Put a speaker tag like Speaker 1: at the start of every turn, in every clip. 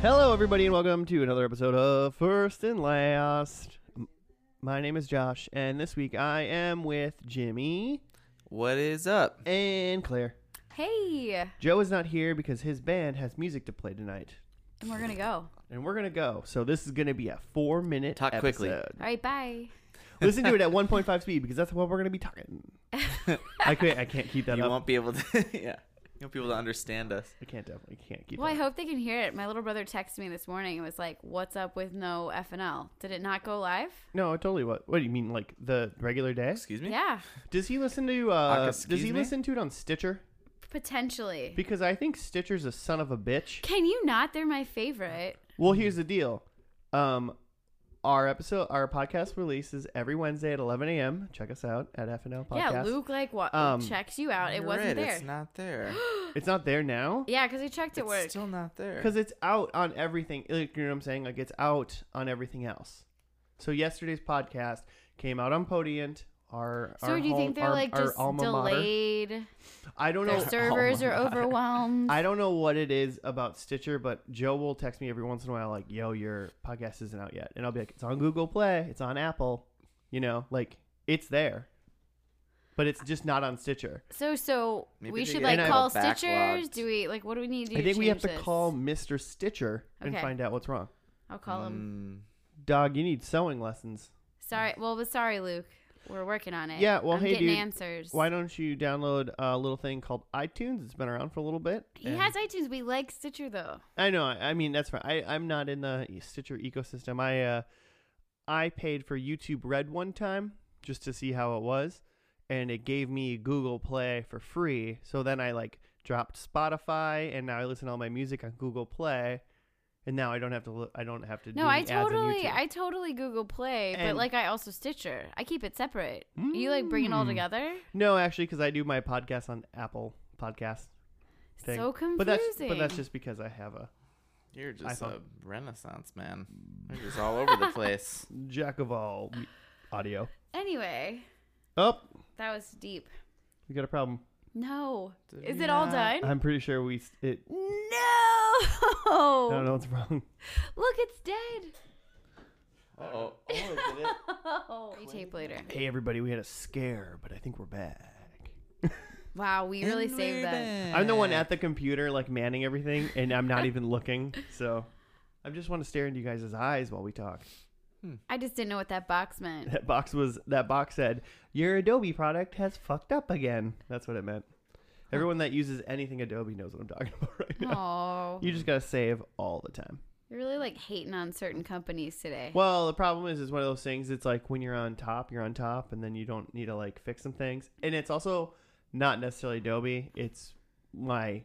Speaker 1: Hello, everybody, and welcome to another episode of First and Last. M- My name is Josh, and this week I am with Jimmy
Speaker 2: What is up?
Speaker 1: and Claire.
Speaker 3: Hey,
Speaker 1: Joe is not here because his band has music to play tonight,
Speaker 3: and we're gonna go.
Speaker 1: and we're gonna go. So this is gonna be a four-minute
Speaker 2: Talk quickly.
Speaker 1: episode.
Speaker 3: All right, bye.
Speaker 1: Listen to it at 1.5 speed because that's what we're gonna be talking. I can't. I can't keep that
Speaker 2: You
Speaker 1: up.
Speaker 2: won't be able to. yeah, you won't be able to understand us.
Speaker 1: I can't definitely can't keep.
Speaker 3: Well, I
Speaker 1: that up.
Speaker 3: hope they can hear it. My little brother texted me this morning and was like, "What's up with no F and L? Did it not go live?"
Speaker 1: No, totally. What? What do you mean? Like the regular day?
Speaker 2: Excuse me.
Speaker 3: Yeah,
Speaker 1: Does he listen to? uh Does
Speaker 2: Excuse
Speaker 1: he
Speaker 2: me?
Speaker 1: listen to it on Stitcher?
Speaker 3: potentially.
Speaker 1: Because I think Stitcher's a son of a bitch.
Speaker 3: Can you not? They're my favorite.
Speaker 1: Well, here's the deal. Um, our episode, our podcast releases every Wednesday at 11 a.m. Check us out at FNL Podcast.
Speaker 3: Yeah, Luke like wa-
Speaker 1: Um,
Speaker 3: checks you out. It
Speaker 2: You're
Speaker 3: wasn't
Speaker 2: right,
Speaker 3: there.
Speaker 2: It's not there.
Speaker 1: It's not there now
Speaker 3: yeah, because I checked it.
Speaker 2: it's
Speaker 3: Work.
Speaker 2: still not there. Mm.
Speaker 1: because it's out on everything. Like, you know what I'm saying? Like it's out on everything else. So yesterday's podcast came out on Podient. Our,
Speaker 3: So
Speaker 1: our
Speaker 3: do you
Speaker 1: home-
Speaker 3: think they're
Speaker 1: our-
Speaker 3: like
Speaker 1: our
Speaker 3: just
Speaker 1: alma mater.
Speaker 3: delayed?
Speaker 1: I don't know.
Speaker 3: Their servers are
Speaker 1: Alma mater.
Speaker 3: overwhelmed.
Speaker 1: I don't know what it is about Stitcher, but Joe will text me every once in a while, like, yo, your podcast isn't out yet. And I'll be like, it's on Google Play, it's on Apple, you know, like, it's there, but it's just not on Stitcher.
Speaker 3: so so
Speaker 2: Maybe
Speaker 3: we
Speaker 2: they
Speaker 3: should
Speaker 2: get
Speaker 3: like
Speaker 1: it
Speaker 3: call
Speaker 2: backlogged.
Speaker 3: Stitchers. Do we like what do we need to do?
Speaker 1: I think we have
Speaker 3: change
Speaker 1: to
Speaker 3: this?
Speaker 1: call Mr. Stitcher and
Speaker 3: Okay.
Speaker 1: find out what's wrong.
Speaker 3: I'll call him.
Speaker 2: Mm,
Speaker 1: Dog, you need sewing lessons.
Speaker 3: Sorry. Well, but sorry, Luke. We're working on it.
Speaker 1: Yeah, well,
Speaker 3: I'm
Speaker 1: hey,
Speaker 3: getting
Speaker 1: dude.
Speaker 3: answers.
Speaker 1: Why don't you download a little thing called iTunes? It's been around for a little bit.
Speaker 3: He
Speaker 1: and-
Speaker 3: has iTunes. We like Stitcher though.
Speaker 1: I know. I I mean, that's fine. I, I'm not in the e, Stitcher ecosystem. I uh, I paid for YouTube Red one time just to see how it was, and it gave me Google Play for free. So then I like dropped Spotify, and now I listen to all my music on Google Play, and now I don't have to. Li- I don't have to.
Speaker 3: No,
Speaker 1: do
Speaker 3: I
Speaker 1: any ads on
Speaker 3: totally,
Speaker 1: YouTube.
Speaker 3: I totally Google Play, but
Speaker 1: And-
Speaker 3: like I also Stitcher. I keep it separate. You like bring it all
Speaker 1: Mm.
Speaker 3: together.
Speaker 1: no, actually, because I do my podcast on Apple Podcast. Thing.
Speaker 3: So confusing.
Speaker 1: But that's but that's just because I have a
Speaker 2: you're just a
Speaker 1: iPhone.
Speaker 2: renaissance man. You're just all over the place.
Speaker 1: jack of all audio.
Speaker 3: anyway.
Speaker 1: Oh,
Speaker 3: That was deep.
Speaker 1: we got a problem.
Speaker 3: No,
Speaker 2: Did
Speaker 3: is
Speaker 2: we
Speaker 3: it all
Speaker 2: not-
Speaker 3: done?
Speaker 1: I'm pretty sure we s- it I don't
Speaker 3: no.
Speaker 1: know what's wrong.
Speaker 3: Look, it's dead.
Speaker 2: Oh,
Speaker 3: Oh, tape later.
Speaker 1: Hey, everybody, we had a scare, but I think we're back.
Speaker 3: Wow, we really saved that.
Speaker 1: I'm the one at the computer, like manning everything, and I'm not even looking. So I just want to stare into you guys' eyes while we talk.
Speaker 3: I just didn't know what that box meant.
Speaker 1: That box was that box said, Your Adobe product has fucked up again. That's what it meant. Everyone that uses anything Adobe knows what I'm talking about right now.
Speaker 3: Oh,
Speaker 1: You just gotta save all the time.
Speaker 3: you're really like hating on certain companies today.
Speaker 1: Well, the problem is, is one of those things. It's like when you're on top, you're on top, and then you don't need to like fix some things. And it's also not necessarily Adobe. It's my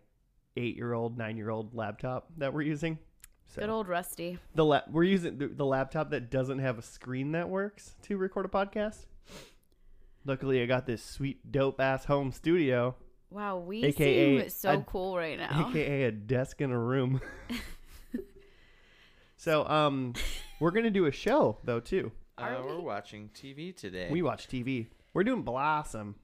Speaker 1: eight-year-old, nine-year-old laptop that we're using. So
Speaker 3: Good old Rusty.
Speaker 1: the la- we're using the, the laptop that doesn't have a screen that works to record a podcast. Luckily, I got this sweet, dope ass home studio,
Speaker 3: Wow, we
Speaker 1: AKA
Speaker 3: seem so
Speaker 1: a-
Speaker 3: cool right now.
Speaker 1: aka a desk in a room. so, um, we're gonna do a show though too.
Speaker 2: Uh,
Speaker 3: Are
Speaker 2: we're
Speaker 3: we?
Speaker 2: watching TV today.
Speaker 1: We watch TV. We're doing Blossom.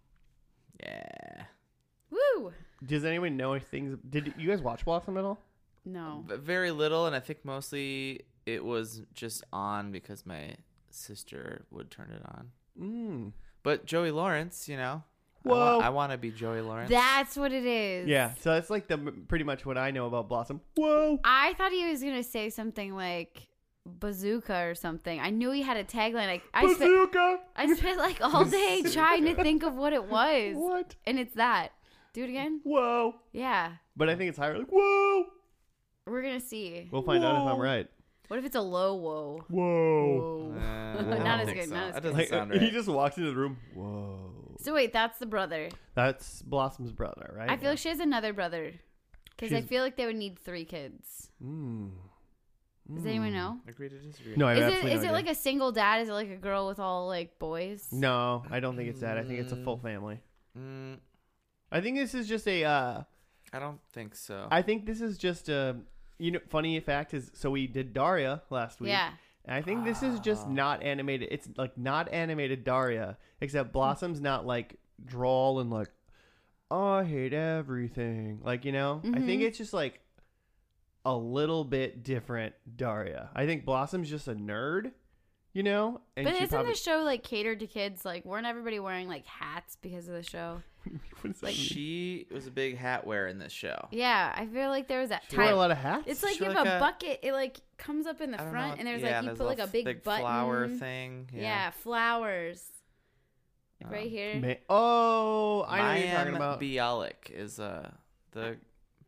Speaker 2: yeah.
Speaker 3: Woo!
Speaker 1: Does anyone know any things? Did you guys watch Blossom at all?
Speaker 3: No.
Speaker 2: But very little, and I think mostly it was just on because my sister would turn it on.
Speaker 1: Mm.
Speaker 2: But Joey Lawrence, you know, I,
Speaker 1: Whoa.
Speaker 2: wa- I want to be Joey Lawrence.
Speaker 3: That's what it is.
Speaker 1: Yeah. So that's like the pretty much what I know about Blossom. Whoa.
Speaker 3: I thought he was going to say something like bazooka or something. I knew he had a tagline. Like, I, spent,
Speaker 1: Bazooka.
Speaker 3: I spent like all day trying to think of what it was.
Speaker 1: What?
Speaker 3: And it's that. Do it again?
Speaker 1: Whoa.
Speaker 3: Yeah.
Speaker 1: But I think it's higher. Like whoa.
Speaker 3: We're going to see.
Speaker 1: We'll find out if I'm
Speaker 2: Whoa.
Speaker 1: right.
Speaker 3: What if it's a low whoa?
Speaker 1: Whoa.
Speaker 2: Uh,
Speaker 3: Whoa.
Speaker 2: I
Speaker 3: Not
Speaker 2: don't
Speaker 3: as
Speaker 2: think
Speaker 3: good,
Speaker 2: so.
Speaker 3: not as
Speaker 2: That
Speaker 3: good.
Speaker 2: doesn't
Speaker 1: Like,
Speaker 2: sound
Speaker 1: He
Speaker 2: right.
Speaker 1: just walks into the room. Whoa.
Speaker 3: So wait, that's the brother.
Speaker 1: That's Blossom's brother, right?
Speaker 3: I feel like she has another brother. Because I
Speaker 1: She's-
Speaker 3: feel like they would need three kids.
Speaker 1: Mm. Hmm.
Speaker 3: Does anyone know?
Speaker 2: Agree to disagree.
Speaker 1: No, I have
Speaker 3: Is it
Speaker 1: absolutely
Speaker 3: is
Speaker 1: no
Speaker 3: it
Speaker 1: idea.
Speaker 3: like a single dad? Is it like a girl with all like boys?
Speaker 1: No, I don't think it's that. I think it's a full family.
Speaker 2: Mm,
Speaker 1: I think this is just a. Uh,
Speaker 2: I don't think so.
Speaker 1: I think this is just a you know funny fact is so we did Daria last week.
Speaker 3: Yeah.
Speaker 1: And I think this is just not animated. It's like not animated Daria, except Blossom's
Speaker 3: Hmm.
Speaker 1: not like drawl and "Oh, like I hate everything. Like you know, I think
Speaker 3: Mhm.
Speaker 1: it's just like a little bit different Daria. I think Blossom's just a nerd, you know? And
Speaker 3: but
Speaker 1: she
Speaker 3: isn't
Speaker 1: probably
Speaker 3: the show like catered to kids? Like, weren't everybody wearing like hats because of the show?
Speaker 1: What does that
Speaker 3: like-
Speaker 1: mean?
Speaker 2: She was a big hat wearer in this show.
Speaker 3: Yeah, I feel like there was that
Speaker 1: she wore a
Speaker 3: time.
Speaker 1: lot of hats.
Speaker 3: It's like
Speaker 2: She
Speaker 3: you have
Speaker 2: like
Speaker 3: a,
Speaker 2: a-
Speaker 3: bucket. It like comes up in the
Speaker 2: I don't know
Speaker 3: front,
Speaker 2: if-
Speaker 3: and there's
Speaker 2: yeah,
Speaker 3: like you
Speaker 2: there's
Speaker 3: put like a
Speaker 2: little
Speaker 3: big,
Speaker 2: thick
Speaker 3: button.
Speaker 2: flower thing.
Speaker 3: Yeah,
Speaker 2: Yeah,
Speaker 3: flowers. Like
Speaker 2: Um,
Speaker 3: right here.
Speaker 1: Ma- oh, I know what you're talking
Speaker 2: Mayim
Speaker 1: about.
Speaker 2: Bialik is uh the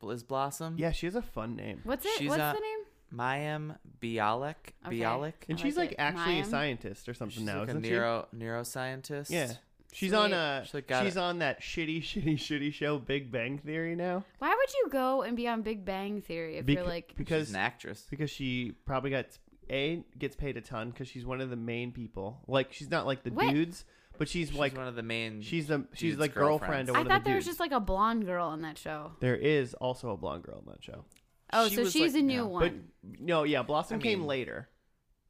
Speaker 2: is Blossom.
Speaker 1: yeah, she has a fun name.
Speaker 3: What's it?
Speaker 2: She's
Speaker 3: What's
Speaker 2: a-
Speaker 3: the name?
Speaker 2: Mayim Bialik.
Speaker 3: Okay.
Speaker 2: Bialik.
Speaker 1: And
Speaker 3: I
Speaker 1: she's
Speaker 3: like
Speaker 1: like,
Speaker 3: it.
Speaker 1: actually a
Speaker 3: Mayim?
Speaker 1: scientist or something
Speaker 2: She's
Speaker 1: now,
Speaker 2: like a
Speaker 1: isn't she?
Speaker 2: neuro neuroscientist.
Speaker 1: Yeah. She's on
Speaker 3: Sweet.
Speaker 1: a
Speaker 2: She's like, got
Speaker 1: she's
Speaker 2: it.
Speaker 1: on that shitty, shitty, shitty show Big Bang Theory now.
Speaker 3: Why would you go and be on Big Bang Theory if
Speaker 1: Beca-
Speaker 3: you're like?
Speaker 1: because
Speaker 2: she's an actress.
Speaker 1: because she probably got a gets paid a ton because she's one of the main people. Like she's not like the
Speaker 3: What?
Speaker 1: dudes, but she's,
Speaker 2: She's
Speaker 1: like
Speaker 2: one of the main.
Speaker 1: she's the she's
Speaker 2: dude's
Speaker 1: like girlfriend
Speaker 2: girlfriends.
Speaker 1: of
Speaker 3: I
Speaker 1: one
Speaker 3: thought
Speaker 1: of the
Speaker 3: there was
Speaker 1: dudes.
Speaker 3: just like a blonde girl on that show.
Speaker 1: There is also a blonde girl in that show,
Speaker 3: Oh,
Speaker 2: She
Speaker 3: so
Speaker 2: was,
Speaker 3: she's
Speaker 2: like-
Speaker 3: a new
Speaker 2: yeah.
Speaker 1: but
Speaker 3: one.
Speaker 1: no, yeah, Blossom
Speaker 2: I
Speaker 1: came
Speaker 2: mean-
Speaker 1: later.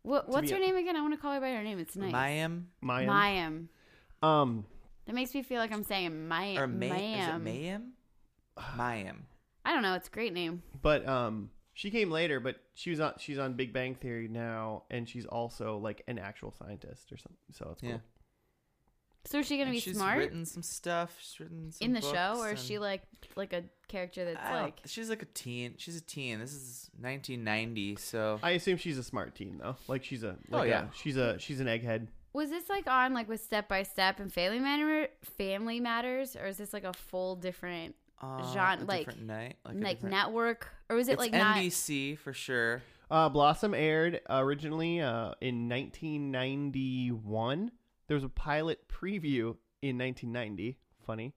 Speaker 3: what, what's
Speaker 1: be
Speaker 3: her
Speaker 1: a-
Speaker 3: name again? I want to call her by her name. It's nice.
Speaker 2: Mayim
Speaker 1: Mayim.
Speaker 3: Mayim.
Speaker 1: Um,
Speaker 3: That makes me feel like I'm saying Mayim.
Speaker 2: or May-
Speaker 3: Mayim.
Speaker 2: Is it Mayim? Mayim.
Speaker 3: I don't know. It's a great name.
Speaker 1: but um, she came later, but she was on she's on Big Bang Theory now, and she's also like an actual scientist or something. So it's cool.
Speaker 2: Yeah.
Speaker 3: So is she gonna
Speaker 2: And
Speaker 3: be
Speaker 2: she's
Speaker 3: smart
Speaker 2: written some stuff. She's written some
Speaker 3: in the show,
Speaker 2: books
Speaker 3: or is she
Speaker 2: and-
Speaker 3: like like a character that's
Speaker 2: I don't-
Speaker 3: like?
Speaker 2: she's like a teen. She's a teen. This is 1990, so
Speaker 1: I assume she's a smart teen though. Like she's a
Speaker 2: Oh,
Speaker 1: like a-
Speaker 2: yeah.
Speaker 1: she's a she's an egghead.
Speaker 3: Was this like on like with Step by Step and Family Matter, Family Matters, or is this like a full different
Speaker 2: uh,
Speaker 3: Genre-
Speaker 2: a
Speaker 3: like-
Speaker 2: different night, like, a
Speaker 3: like,
Speaker 2: different-
Speaker 3: network, or was it
Speaker 2: it's
Speaker 3: like not?
Speaker 2: NBC for sure.
Speaker 1: Uh, Blossom aired originally uh, in 1991. There was a pilot preview in 1990. Funny.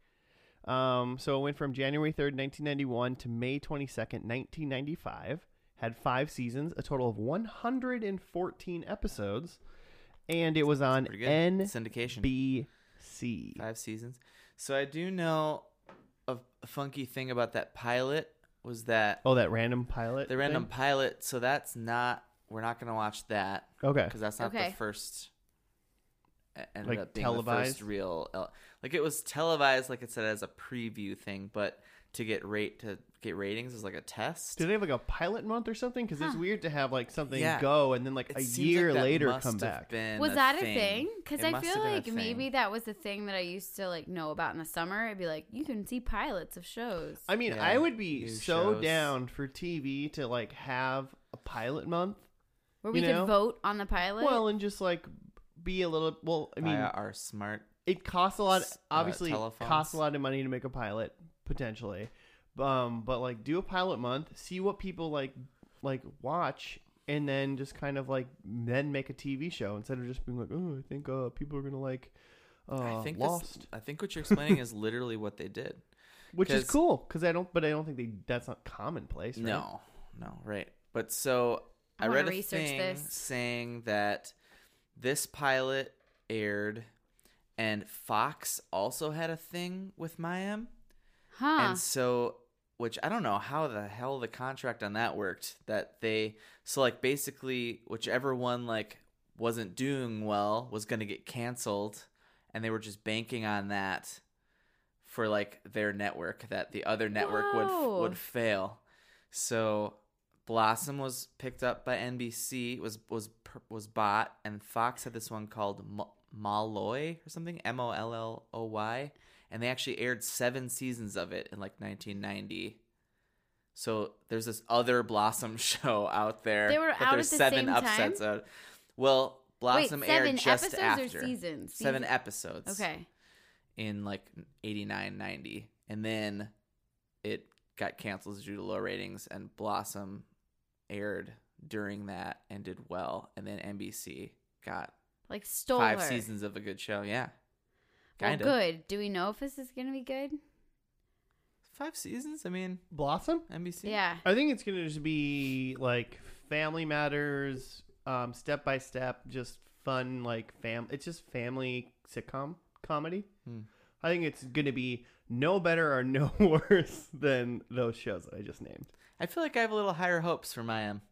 Speaker 1: Um, so it went from January 3rd, 1991 to May 22nd, 1995. Had five seasons, a total of 114 episodes, and it was on
Speaker 2: Pretty good syndication.
Speaker 1: NBC.
Speaker 2: Five seasons. So I do know a a funky thing about that pilot was that
Speaker 1: Oh, that random pilot.
Speaker 2: the random
Speaker 1: thing?
Speaker 2: pilot. So that's not. We're not gonna watch that.
Speaker 1: Okay.
Speaker 2: because that's not
Speaker 3: Okay.
Speaker 2: the first. e- Ended
Speaker 1: Like,
Speaker 2: up being the
Speaker 1: televised?
Speaker 2: first real, el- like it was televised, like it said as a preview thing, but to get rate to get ratings is like a test.
Speaker 1: Do they have like a pilot month or something? Because it's
Speaker 3: Huh.
Speaker 1: weird to have like something
Speaker 2: Yeah.
Speaker 1: go and then like
Speaker 2: It
Speaker 1: a
Speaker 2: seems like
Speaker 1: year
Speaker 2: that
Speaker 1: later
Speaker 2: must
Speaker 1: come
Speaker 2: have
Speaker 1: back.
Speaker 2: been
Speaker 3: was that a thing? Because
Speaker 2: It
Speaker 3: I
Speaker 2: must
Speaker 3: feel
Speaker 2: have been a
Speaker 3: like
Speaker 2: thing.
Speaker 3: maybe that was the thing that I used to like know about in the summer. It'd be like you can see pilots of shows.
Speaker 1: I mean,
Speaker 2: Yeah,
Speaker 1: I would be
Speaker 2: new
Speaker 1: so
Speaker 2: shows.
Speaker 1: down for TV to like have a pilot month.
Speaker 3: Where we
Speaker 1: you
Speaker 3: could
Speaker 1: know?
Speaker 3: vote on the pilot.
Speaker 1: Well, and just like be a little. Well, I mean,
Speaker 2: Via our smart.
Speaker 1: it costs a lot.
Speaker 2: uh, s- uh,
Speaker 1: Obviously, it costs
Speaker 2: telephones.
Speaker 1: a lot of money to make a pilot potentially. Um, but like, do a pilot month, see what people like, like watch, and then just kind of like then make a TV show instead of just being like, oh, I think uh, people are gonna like. Uh,
Speaker 2: I think this-
Speaker 1: lost,
Speaker 2: I think what you're explaining is literally what they did.
Speaker 1: which is
Speaker 2: 'cause-
Speaker 1: cool because I don't, but I don't think they, that's not commonplace. Right?
Speaker 2: No, no, right. But so
Speaker 3: I
Speaker 2: I,
Speaker 3: wanna
Speaker 2: read a
Speaker 3: research
Speaker 2: thing
Speaker 3: this.
Speaker 2: saying that this pilot aired, and Fox also had a thing with Mayim,
Speaker 3: huh?
Speaker 2: and so which I don't know how the hell the contract on that worked. That they so like basically whichever one like wasn't doing well was going to get canceled, and they were just banking on that for like their network that the other network
Speaker 3: Whoa.
Speaker 2: would would fail. So Blossom was picked up by NBC, was was per- was bought, and Fox had this one called Mo- Molloy or something, M O L L O Y, and they actually aired seven seasons of it in like 1990. So there's this other Blossom show out there.
Speaker 3: They were
Speaker 2: that
Speaker 3: out
Speaker 2: there's
Speaker 3: at the
Speaker 2: seven
Speaker 3: same
Speaker 2: upsets out. Well, Blossom
Speaker 3: Wait,
Speaker 2: aired
Speaker 3: seven
Speaker 2: just
Speaker 3: episodes
Speaker 2: after
Speaker 3: or seasons?
Speaker 2: seven
Speaker 3: Season-
Speaker 2: episodes
Speaker 3: Okay.
Speaker 2: in like 89 90 and then it got canceled due to low ratings and blossom aired during that and did well and then nbc got
Speaker 3: Like stole
Speaker 2: five
Speaker 3: her.
Speaker 2: seasons of a good show yeah
Speaker 3: Well,
Speaker 2: kind of
Speaker 3: good. Do we know if this is gonna be good?
Speaker 2: five seasons i mean
Speaker 1: Blossom.
Speaker 2: nbc
Speaker 3: Yeah.
Speaker 1: I think it's gonna just be like Family Matters, um, step by step, just fun like fam. It's just family sitcom comedy.
Speaker 2: Hmm.
Speaker 1: I think it's gonna be no better or no worse than those shows that I just named.
Speaker 2: i feel like i have a little higher hopes for my um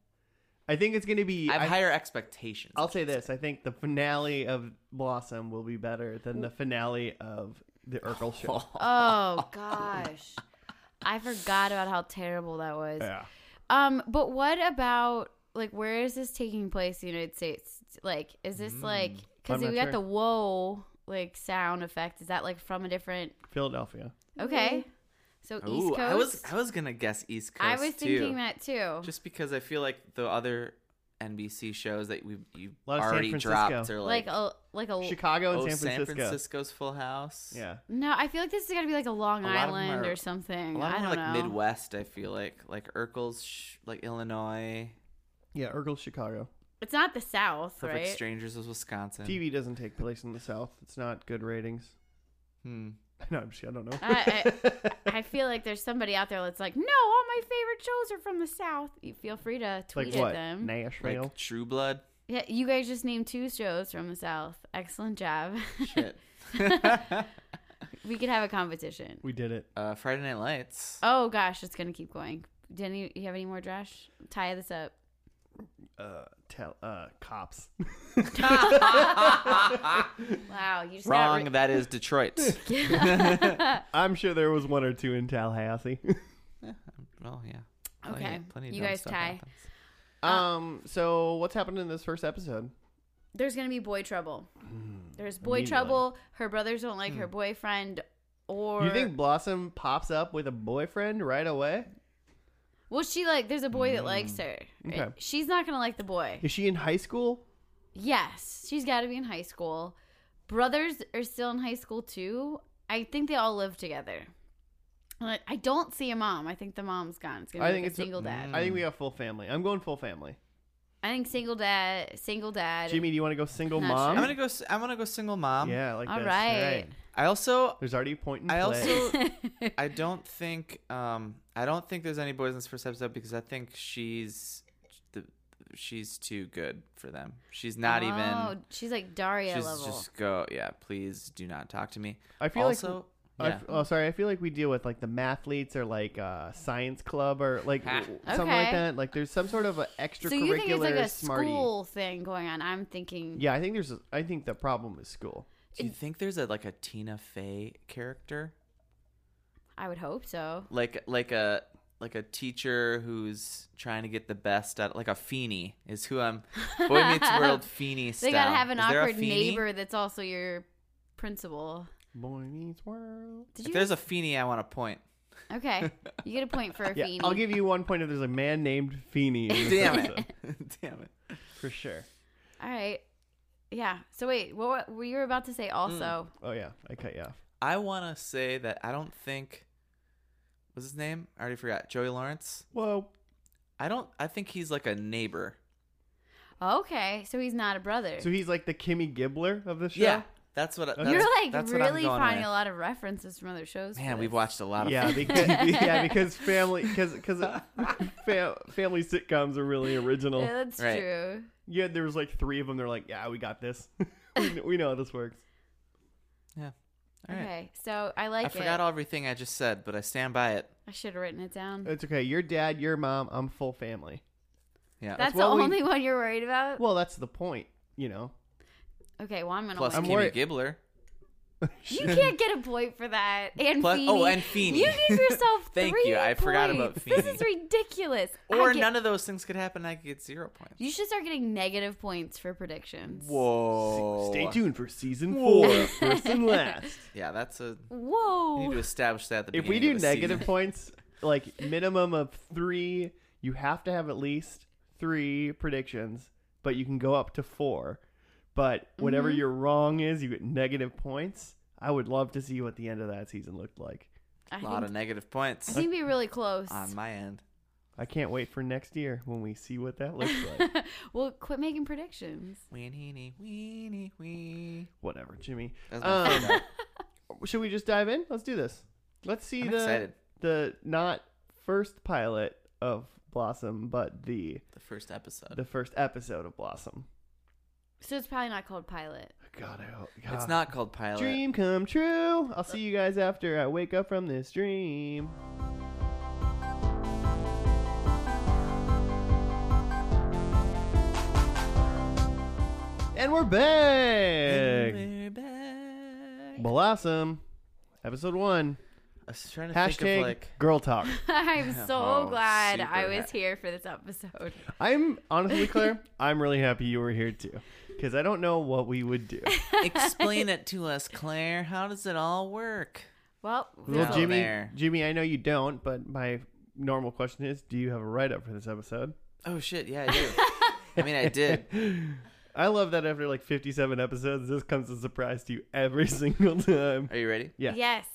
Speaker 1: I think it's gonna be.
Speaker 2: i have
Speaker 1: I,
Speaker 2: higher expectations
Speaker 1: will say this: I think the finale of Blossom will be better than the finale of the Urkel show.
Speaker 3: Oh gosh. I forgot about how terrible that was.
Speaker 1: Yeah,
Speaker 3: Um, but what about like where is this taking place? in The United States. Like, is this like
Speaker 2: Mm.
Speaker 3: because
Speaker 1: I'm not
Speaker 3: we got
Speaker 1: sure.
Speaker 3: the whoa like sound effect? Is that like from a different?
Speaker 1: Philadelphia.
Speaker 3: Okay, so East
Speaker 2: Mm-hmm. Ooh,
Speaker 3: Coast.
Speaker 2: I was I was gonna guess East Coast.
Speaker 3: I was
Speaker 2: too.
Speaker 3: thinking that too.
Speaker 2: just because I feel like the other NBC shows that we you
Speaker 1: A lot of San
Speaker 2: already dropped
Speaker 1: Francisco.
Speaker 2: are
Speaker 3: like,
Speaker 2: like,
Speaker 3: a like a
Speaker 1: Chicago and
Speaker 2: oh
Speaker 1: San Francisco.
Speaker 2: Francisco's Full House.
Speaker 1: Yeah.
Speaker 3: no. I feel like this is gonna be like a Long
Speaker 2: A lot of 'em
Speaker 3: Island
Speaker 2: are-
Speaker 3: or
Speaker 2: a
Speaker 3: something.
Speaker 2: lot
Speaker 3: Mm, I
Speaker 2: of
Speaker 3: don't
Speaker 2: them are, like
Speaker 3: know.
Speaker 2: Midwest. I feel like like Urkel's sh- like Illinois.
Speaker 1: Yeah, Urkel, Chicago.
Speaker 3: It's not the South,
Speaker 2: Perfect
Speaker 3: right?
Speaker 2: Strangers was Wisconsin.
Speaker 1: TV doesn't take place in the South. It's not good ratings.
Speaker 2: Hmm.
Speaker 1: No, I'm just, I don't know.
Speaker 3: I- I feel like there's somebody out there that's like, no, all my favorite shows are from the South. You feel free to tweet
Speaker 1: like
Speaker 3: at
Speaker 1: what?
Speaker 3: them.
Speaker 1: Nashville.
Speaker 2: Like True Blood.
Speaker 3: yeah, you guys just named two shows from the South. Excellent job.
Speaker 2: Shit.
Speaker 3: we could have a competition.
Speaker 1: we did it.
Speaker 2: uh, Friday Night Lights.
Speaker 3: Oh gosh, it's gonna keep going. Denny, you have any more Josh? Tie this up.
Speaker 1: Uh, tell uh, cops.
Speaker 3: Wow, you just
Speaker 2: Wrong.
Speaker 3: Got
Speaker 2: that is Detroit.
Speaker 1: I'm sure there was one or two in Tallahassee.
Speaker 2: well, yeah.
Speaker 3: Okay.
Speaker 2: Plenty of
Speaker 3: You
Speaker 2: dumb
Speaker 3: guys
Speaker 2: stuff
Speaker 3: tie.
Speaker 2: happens.
Speaker 3: Uh,
Speaker 1: um. So what's happened in this first episode?
Speaker 3: There's gonna be boy trouble.
Speaker 2: Mm,
Speaker 3: There's boy
Speaker 1: Immediately.
Speaker 3: trouble. Her brothers don't like
Speaker 2: Hmm.
Speaker 3: her boyfriend. Or
Speaker 1: you think Blossom pops up with a boyfriend right away?
Speaker 3: well, she like there's a boy that likes her.
Speaker 1: Mm.
Speaker 3: Uh,
Speaker 1: Okay.
Speaker 3: She's not gonna like the boy.
Speaker 1: Is she in high school?
Speaker 3: Yes, she's got to be in high school. Brothers are still in high school too. I think they all live together. Like, I don't see a mom. I think the mom's gone. It's gonna be
Speaker 1: I
Speaker 3: like
Speaker 1: think
Speaker 3: a
Speaker 1: it's a- mm.
Speaker 3: single dad.
Speaker 1: I think we have full family. I'm going full family.
Speaker 3: I think single dad, single dad.
Speaker 1: Jimmy, do you want to go single
Speaker 3: Not
Speaker 1: mom?
Speaker 2: I'm gonna go. s- I'm gonna go single mom.
Speaker 1: Yeah, I like
Speaker 3: All
Speaker 1: this.
Speaker 3: right.
Speaker 2: I also.
Speaker 1: There's already a point in
Speaker 2: I
Speaker 1: play.
Speaker 2: also. I don't think um I don't think there's any boys in this first episode because I think she's the she's too good for them. She's not
Speaker 3: Oh,
Speaker 2: even
Speaker 3: she's like Daria
Speaker 2: she's
Speaker 3: level.
Speaker 2: just go yeah, please do not talk to me.
Speaker 1: I feel like
Speaker 2: also
Speaker 1: I
Speaker 2: yeah.
Speaker 1: f- oh, sorry. I feel like we deal with like the mathletes or like uh, science club or like
Speaker 2: Ha.
Speaker 1: w- something like
Speaker 3: Okay.
Speaker 1: that. Like there's some sort of a
Speaker 3: So you think it's
Speaker 1: extracurricular
Speaker 3: like a
Speaker 1: smarty.
Speaker 3: school thing going on? I'm thinking.
Speaker 1: Yeah, I think there's. A, I think the problem is school.
Speaker 2: do you think there's a like a Tina Fey character?
Speaker 3: I would hope so.
Speaker 2: Like like a like a teacher who's trying to get the best out like a Feeny is who I'm Boy Meets World Feeny
Speaker 3: They
Speaker 2: style.
Speaker 3: gotta have an
Speaker 2: Is there a
Speaker 3: awkward
Speaker 2: Feeny?
Speaker 3: neighbor that's also your principal.
Speaker 1: Boy meets world.
Speaker 3: Did
Speaker 2: If
Speaker 3: you?
Speaker 2: there's a Feeny I want a point.
Speaker 3: okay, you get a point for a
Speaker 1: Yeah,
Speaker 3: Feeny.
Speaker 1: I'll give you one point if there's a man named Feeney. in this
Speaker 2: Damn it.
Speaker 1: episode,
Speaker 2: Damn it.
Speaker 1: for sure.
Speaker 3: All right. Yeah. So wait, what were you about to say?
Speaker 2: Hmm.
Speaker 3: Also,
Speaker 1: Oh yeah, I cut you off.
Speaker 2: I want to say that I don't think what's his name? I already forgot. Joey Lawrence.
Speaker 1: Whoa.
Speaker 2: I don't. I think he's like a neighbor.
Speaker 3: okay, so he's not a brother.
Speaker 1: So he's like the Kimmy Gibbler of the show.
Speaker 2: Yeah, that's what. I- That's,
Speaker 3: You're like
Speaker 2: that's what I'm
Speaker 3: really
Speaker 2: going
Speaker 3: finding
Speaker 2: with.
Speaker 3: a lot of references from other shows. for
Speaker 2: Man, we've
Speaker 3: this.
Speaker 2: watched a lot of.
Speaker 1: Yeah, because, yeah, because family, because because fa- family sitcoms are really original.
Speaker 3: Yeah, that's
Speaker 2: Right.
Speaker 3: true.
Speaker 1: Yeah, there was like three of them. They're like, yeah, we got this. we, kn- we know how this works.
Speaker 2: All right.
Speaker 3: Okay, so I
Speaker 2: I
Speaker 3: like it.
Speaker 2: forgot everything I just said, but I stand by it.
Speaker 3: I should have written it
Speaker 2: Uh,
Speaker 3: down.
Speaker 1: It's okay. Your dad, your mom, I'm full family.
Speaker 2: Yeah.
Speaker 3: that's the
Speaker 1: what we-
Speaker 3: only one you're worried about.
Speaker 1: Well, that's the point, you know.
Speaker 3: Okay, well I'm gonna.
Speaker 2: Plus
Speaker 3: win.
Speaker 1: I'm
Speaker 2: Kimmy
Speaker 1: worried-
Speaker 2: Gibbler.
Speaker 3: You can't get a point for that. And
Speaker 2: Plus-
Speaker 3: Feeny.
Speaker 2: oh, and Feeny.
Speaker 3: You give yourself
Speaker 2: Thank
Speaker 3: three
Speaker 2: you, I forgot about
Speaker 3: points.
Speaker 2: Feeny.
Speaker 3: This is ridiculous. I
Speaker 2: Or
Speaker 3: get-
Speaker 2: none of those things could happen. I could get zero points.
Speaker 3: You should start getting negative points for predictions.
Speaker 2: Whoa.
Speaker 1: Stay tuned for season
Speaker 2: Whoa.
Speaker 1: four, first and last.
Speaker 2: Yeah, that's a.
Speaker 3: Whoa.
Speaker 2: You need to establish that at the
Speaker 1: If we
Speaker 2: beginning
Speaker 1: do
Speaker 2: of the
Speaker 1: negative
Speaker 2: season.
Speaker 1: points, like minimum of three, you have to have at least three predictions, but you can go up to four. But whatever your wrong is, you get negative points. I would love to see what the end of that season looked like.
Speaker 3: I
Speaker 2: a lot
Speaker 3: think-
Speaker 2: of negative points
Speaker 3: I think we're really close.
Speaker 2: on my end.
Speaker 1: I can't wait for next year when we see what that looks like.
Speaker 3: well, quit making predictions.
Speaker 2: Weenie, weenie, wee.
Speaker 1: Whatever, Jimmy.
Speaker 2: That's my
Speaker 1: Um,
Speaker 2: favorite.
Speaker 1: Should we just dive in? Let's do this. Let's see
Speaker 2: I'm
Speaker 1: the
Speaker 2: excited.
Speaker 1: the not first pilot of Blossom, but the
Speaker 2: The first episode.
Speaker 1: the first episode of Blossom.
Speaker 3: So it's probably not called pilot.
Speaker 1: God, I hope
Speaker 2: It's
Speaker 1: God.
Speaker 2: not called pilot.
Speaker 1: dream come true. I'll see you guys after I wake up from this dream. And we're back.
Speaker 2: We're back.
Speaker 1: Blossom, episode one.
Speaker 2: I was trying to think
Speaker 1: Hashtag
Speaker 2: of like
Speaker 1: girl talk.
Speaker 3: I'm so
Speaker 2: Oh,
Speaker 3: glad
Speaker 2: super
Speaker 3: I was
Speaker 2: ha-
Speaker 3: here for this episode.
Speaker 1: I'm honestly, Claire, I'm really happy you were here too, because I don't know what we would do.
Speaker 2: explain it to us, Claire. How does it all work?
Speaker 3: Well,
Speaker 1: Well,
Speaker 2: No,
Speaker 1: Jimmy,
Speaker 2: there.
Speaker 1: Jimmy, I know you don't, but my normal question is, do you have a write up for this episode?
Speaker 2: Oh shit, yeah, I do. I mean, I did.
Speaker 1: I love that after like 57 episodes, this comes as a surprise to you every single time.
Speaker 2: Are you ready?
Speaker 1: Yeah.
Speaker 3: yes.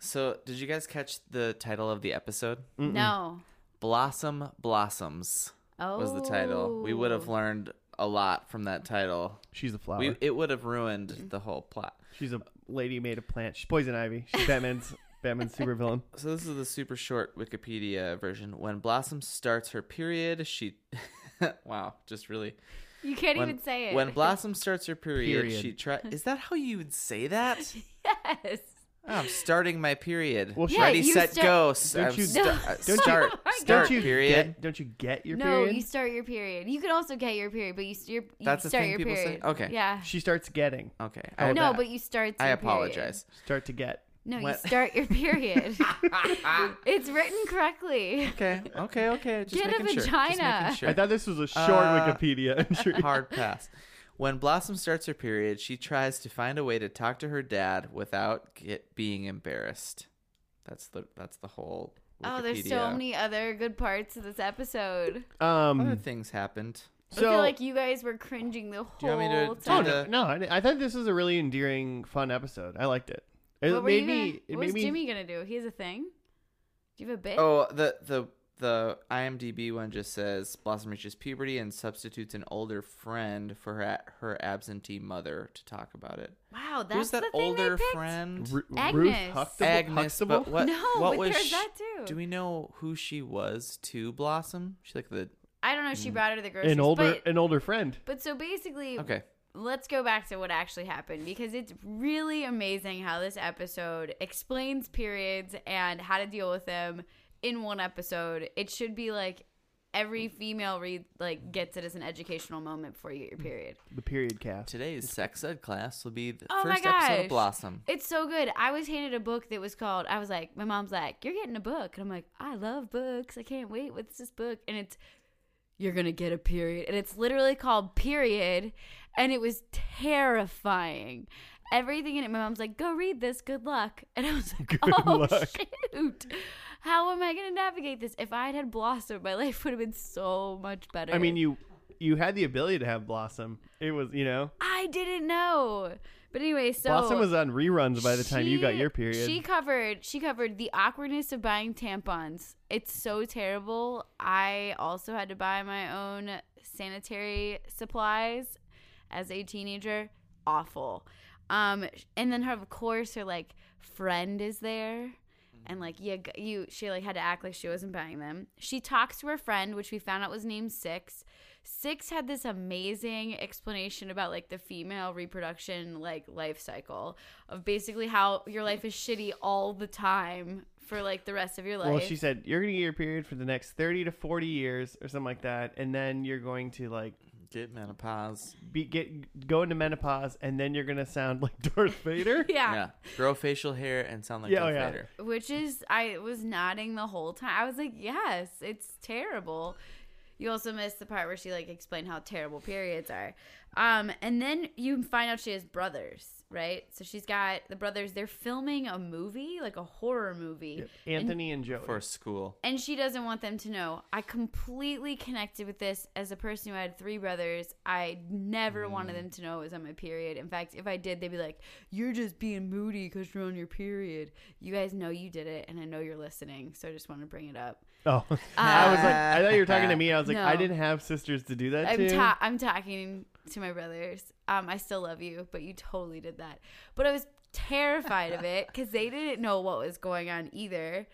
Speaker 2: So, did you guys catch the title of the episode?
Speaker 1: Mm-mm.
Speaker 3: No.
Speaker 2: Blossom blossoms
Speaker 3: Oh.
Speaker 2: was the title. We would have learned a lot from that title.
Speaker 1: She's a flower.
Speaker 2: We it would have
Speaker 3: Mm-hmm.
Speaker 2: ruined the whole plot.
Speaker 1: She's a lady made of plants. She's poison ivy. She's Batman's Batman's supervillain.
Speaker 2: So this is the super short Wikipedia version. When Blossom starts her period, she wow, just really
Speaker 3: You can't
Speaker 2: when,
Speaker 3: even say it.
Speaker 2: When Blossom starts her period,
Speaker 1: Period.
Speaker 2: she try. Is that how you would say that?
Speaker 3: yes.
Speaker 2: Oh, I'm starting my period.
Speaker 1: Well,
Speaker 3: Yeah,
Speaker 2: Ready,
Speaker 3: you
Speaker 2: set,
Speaker 3: start-
Speaker 2: go. S-
Speaker 1: Don't
Speaker 2: I'm
Speaker 1: you-
Speaker 2: sta-
Speaker 3: No.
Speaker 2: uh,
Speaker 3: Don't you-
Speaker 2: start.
Speaker 3: Oh my God.
Speaker 2: start
Speaker 1: don't you
Speaker 2: period.
Speaker 1: Get, don't you get your
Speaker 3: no,
Speaker 1: period?
Speaker 3: you start your period. You could also get your period, but you, s- your, you
Speaker 2: That's a
Speaker 3: start
Speaker 2: thing
Speaker 3: your
Speaker 2: people say?
Speaker 3: period.
Speaker 2: Okay.
Speaker 3: Yeah.
Speaker 1: She starts getting.
Speaker 2: Okay.
Speaker 1: Oh,
Speaker 2: I,
Speaker 3: no,
Speaker 2: I-
Speaker 3: but you start.
Speaker 2: I
Speaker 3: your
Speaker 2: apologize.
Speaker 1: Start to get.
Speaker 3: Period. No,
Speaker 2: What?
Speaker 3: you start your period. it's written correctly.
Speaker 2: Okay. Okay. Okay. Just
Speaker 3: Get a
Speaker 2: making Sure. Just
Speaker 3: vagina.
Speaker 2: making sure.
Speaker 1: I thought this was a short
Speaker 2: Uh,
Speaker 1: Wikipedia entry.
Speaker 2: Hard pass. When Blossom starts her period, she tries to find a way to talk to her dad without get, being embarrassed. That's the that's the whole.
Speaker 3: Oh, there's so
Speaker 2: Wikipedia.
Speaker 3: many other good parts to this episode.
Speaker 2: other
Speaker 1: Um,
Speaker 2: things happened.
Speaker 1: so
Speaker 3: I feel like you guys were cringing the whole
Speaker 2: you want me to
Speaker 1: oh,
Speaker 3: time.
Speaker 1: no,
Speaker 2: the-
Speaker 1: no, I, I thought this was a really endearing, fun episode. I liked it. It
Speaker 3: what were
Speaker 1: made
Speaker 3: you
Speaker 1: me.
Speaker 3: gonna,
Speaker 1: it
Speaker 3: what
Speaker 1: made
Speaker 3: was
Speaker 1: me.
Speaker 3: Jimmy gonna do? He has a thing. Do you have a bit?
Speaker 2: Oh, the the the IMDb one just says Blossom reaches puberty and substitutes an older friend for her her absentee mother to talk about it.
Speaker 3: wow, that's
Speaker 2: Who's that
Speaker 3: the thing
Speaker 2: older
Speaker 3: they picked?
Speaker 2: friend?
Speaker 1: Ru- Ruth
Speaker 3: Agnes.
Speaker 1: Huxtable.
Speaker 2: Agnes,
Speaker 1: Huxtable?
Speaker 2: but what?
Speaker 3: No,
Speaker 2: what
Speaker 3: but
Speaker 2: was
Speaker 3: there's
Speaker 2: she-
Speaker 3: that too.
Speaker 2: Do we know who she was to Blossom? She's like the
Speaker 3: I don't know. She brought her to the grocery.
Speaker 1: an older,
Speaker 3: But,
Speaker 1: an older friend.
Speaker 3: but so basically,
Speaker 2: Mm. okay.
Speaker 3: let's go back to what actually happened because it's really amazing how this episode explains periods and how to deal with them in one episode. It should be like every female read like gets it as an educational moment before you get your period.
Speaker 1: The period cast.
Speaker 2: Today's sex ed class will be the
Speaker 3: Oh my
Speaker 2: first episode
Speaker 3: gosh.
Speaker 2: of Blossom.
Speaker 3: It's so good. I was handed a book that was called. I was like, my mom's like, you're getting a book, and I'm like, I love books. I can't wait. What's this book? And it's, you're gonna get a period, and it's literally called period, and it was terrifying. Everything in it. My mom's like, go read this. Good luck. And I was like, oh
Speaker 1: luck.
Speaker 3: shoot. How am I gonna navigate this? If I had had Blossom, my life would have been so much better.
Speaker 1: I mean, you, you had the ability to have Blossom. It was, you know,
Speaker 3: I didn't know. But anyway, so
Speaker 1: Blossom was on reruns by the time you got
Speaker 3: She-
Speaker 1: your period.
Speaker 3: She covered she covered the awkwardness of buying tampons. It's so terrible. I also had to buy my own sanitary supplies as a teenager. Awful. Um and then her of course her like friend is there and like you you she like had to act like she wasn't buying them. She talks to her friend which we found out was named 6. Six had this amazing explanation about like the female reproduction like life cycle of basically how your life is shitty all the time for like the rest of your life.
Speaker 1: well, she said you're going to get your period for the next thirty to forty years or something like that, and then you're going to like
Speaker 2: Get menopause.
Speaker 1: be, get go into menopause, and then you're going to sound like Darth Vader.
Speaker 3: yeah.
Speaker 2: Yeah. Grow facial hair and sound like
Speaker 1: Yeah, oh
Speaker 2: Darth
Speaker 1: yeah.
Speaker 2: Vader.
Speaker 3: Which is I was nodding the whole time. I was like, "Yes, it's terrible." You also missed the part where she like explained how terrible periods are. Um and then you find out she has brothers, right? So she's got the brothers they're filming a movie, like a horror movie.
Speaker 1: Anthony and Joey.
Speaker 2: For school.
Speaker 3: and she doesn't want them to know. I completely connected with this as a person who had three brothers. I never
Speaker 1: Mm.
Speaker 3: wanted them to know it was on my period. In fact, if I did, they'd be like, "You're just being moody because you're on your period." You guys know you did it, and I know you're listening, so I just want to bring it up.
Speaker 1: Oh, I was like, I thought you were talking to me. I was like, I
Speaker 3: No.
Speaker 1: didn't have sisters to do that
Speaker 3: I'm
Speaker 1: to.
Speaker 3: ta- I'm talking to my brothers. Um, I still love you, but you totally did that. But I was terrified of it because they didn't know what was going on either.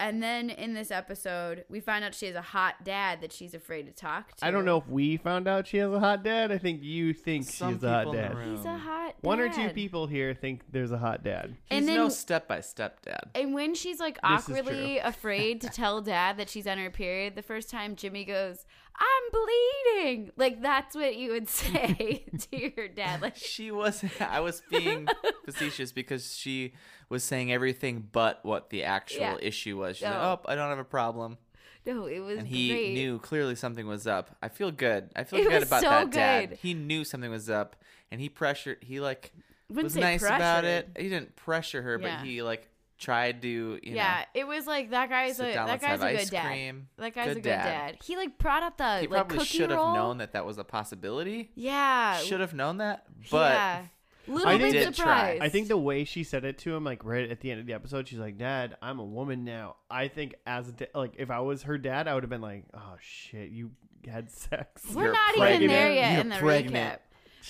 Speaker 3: And then in this episode, we find out she has a hot dad that she's afraid to talk to.
Speaker 1: I don't know if we found out she has a hot dad. I think you think
Speaker 2: Some
Speaker 1: she's a hot
Speaker 2: people in the
Speaker 1: dad.
Speaker 2: room.
Speaker 3: He's a hot
Speaker 1: One or two
Speaker 3: dad.
Speaker 1: people here think there's a hot dad.
Speaker 2: He's
Speaker 3: And then-
Speaker 2: no step by step dad.
Speaker 3: And when she's like
Speaker 1: This is
Speaker 3: awkwardly afraid to tell dad that she's on her period, the first time Jimmy goes, I'm bleeding. Like that's what you would say to your dad. Like
Speaker 2: She was. I was being facetious because she was saying everything but what the actual
Speaker 3: Yeah.
Speaker 2: issue was. She's
Speaker 3: No.
Speaker 2: like, "Oh, I don't have a problem,"
Speaker 3: no, it was
Speaker 2: and he
Speaker 3: great.
Speaker 2: knew clearly something was up. I feel good. I feel
Speaker 3: It
Speaker 2: good
Speaker 3: was
Speaker 2: about
Speaker 3: so
Speaker 2: that, Dad.
Speaker 3: good.
Speaker 2: He knew something was up, and he pressured. He like
Speaker 3: Wouldn't
Speaker 2: was
Speaker 3: say
Speaker 2: nice about it.
Speaker 3: pressured.
Speaker 2: He didn't pressure her,
Speaker 3: Yeah.
Speaker 2: but he like tried to. You
Speaker 3: yeah, it was like that
Speaker 2: know,
Speaker 3: guy's
Speaker 2: sit
Speaker 3: a
Speaker 2: down.
Speaker 3: that
Speaker 2: let's
Speaker 3: guy's
Speaker 2: have
Speaker 3: a
Speaker 2: ice
Speaker 3: good dad.
Speaker 2: cream.
Speaker 3: That guy's
Speaker 2: Good
Speaker 3: a good dad.
Speaker 2: dad.
Speaker 3: He like brought out the
Speaker 2: He
Speaker 3: like
Speaker 2: probably
Speaker 3: cookie
Speaker 2: should
Speaker 3: roll.
Speaker 2: have known that that was a possibility.
Speaker 3: Yeah,
Speaker 2: Should have known that, but
Speaker 3: yeah. little
Speaker 1: I
Speaker 3: bit
Speaker 1: did
Speaker 2: try.
Speaker 3: surprised.
Speaker 1: I think the way she said it to him, like right at the end of the episode, she's like, "Dad, I'm a woman now." I think as a da- like if I was her dad, I would have been like, "Oh shit, you had sex."
Speaker 3: we're
Speaker 2: You're
Speaker 3: not even
Speaker 1: pregnant.
Speaker 3: there yet
Speaker 2: You're
Speaker 3: in the
Speaker 2: pregnant.
Speaker 3: recap.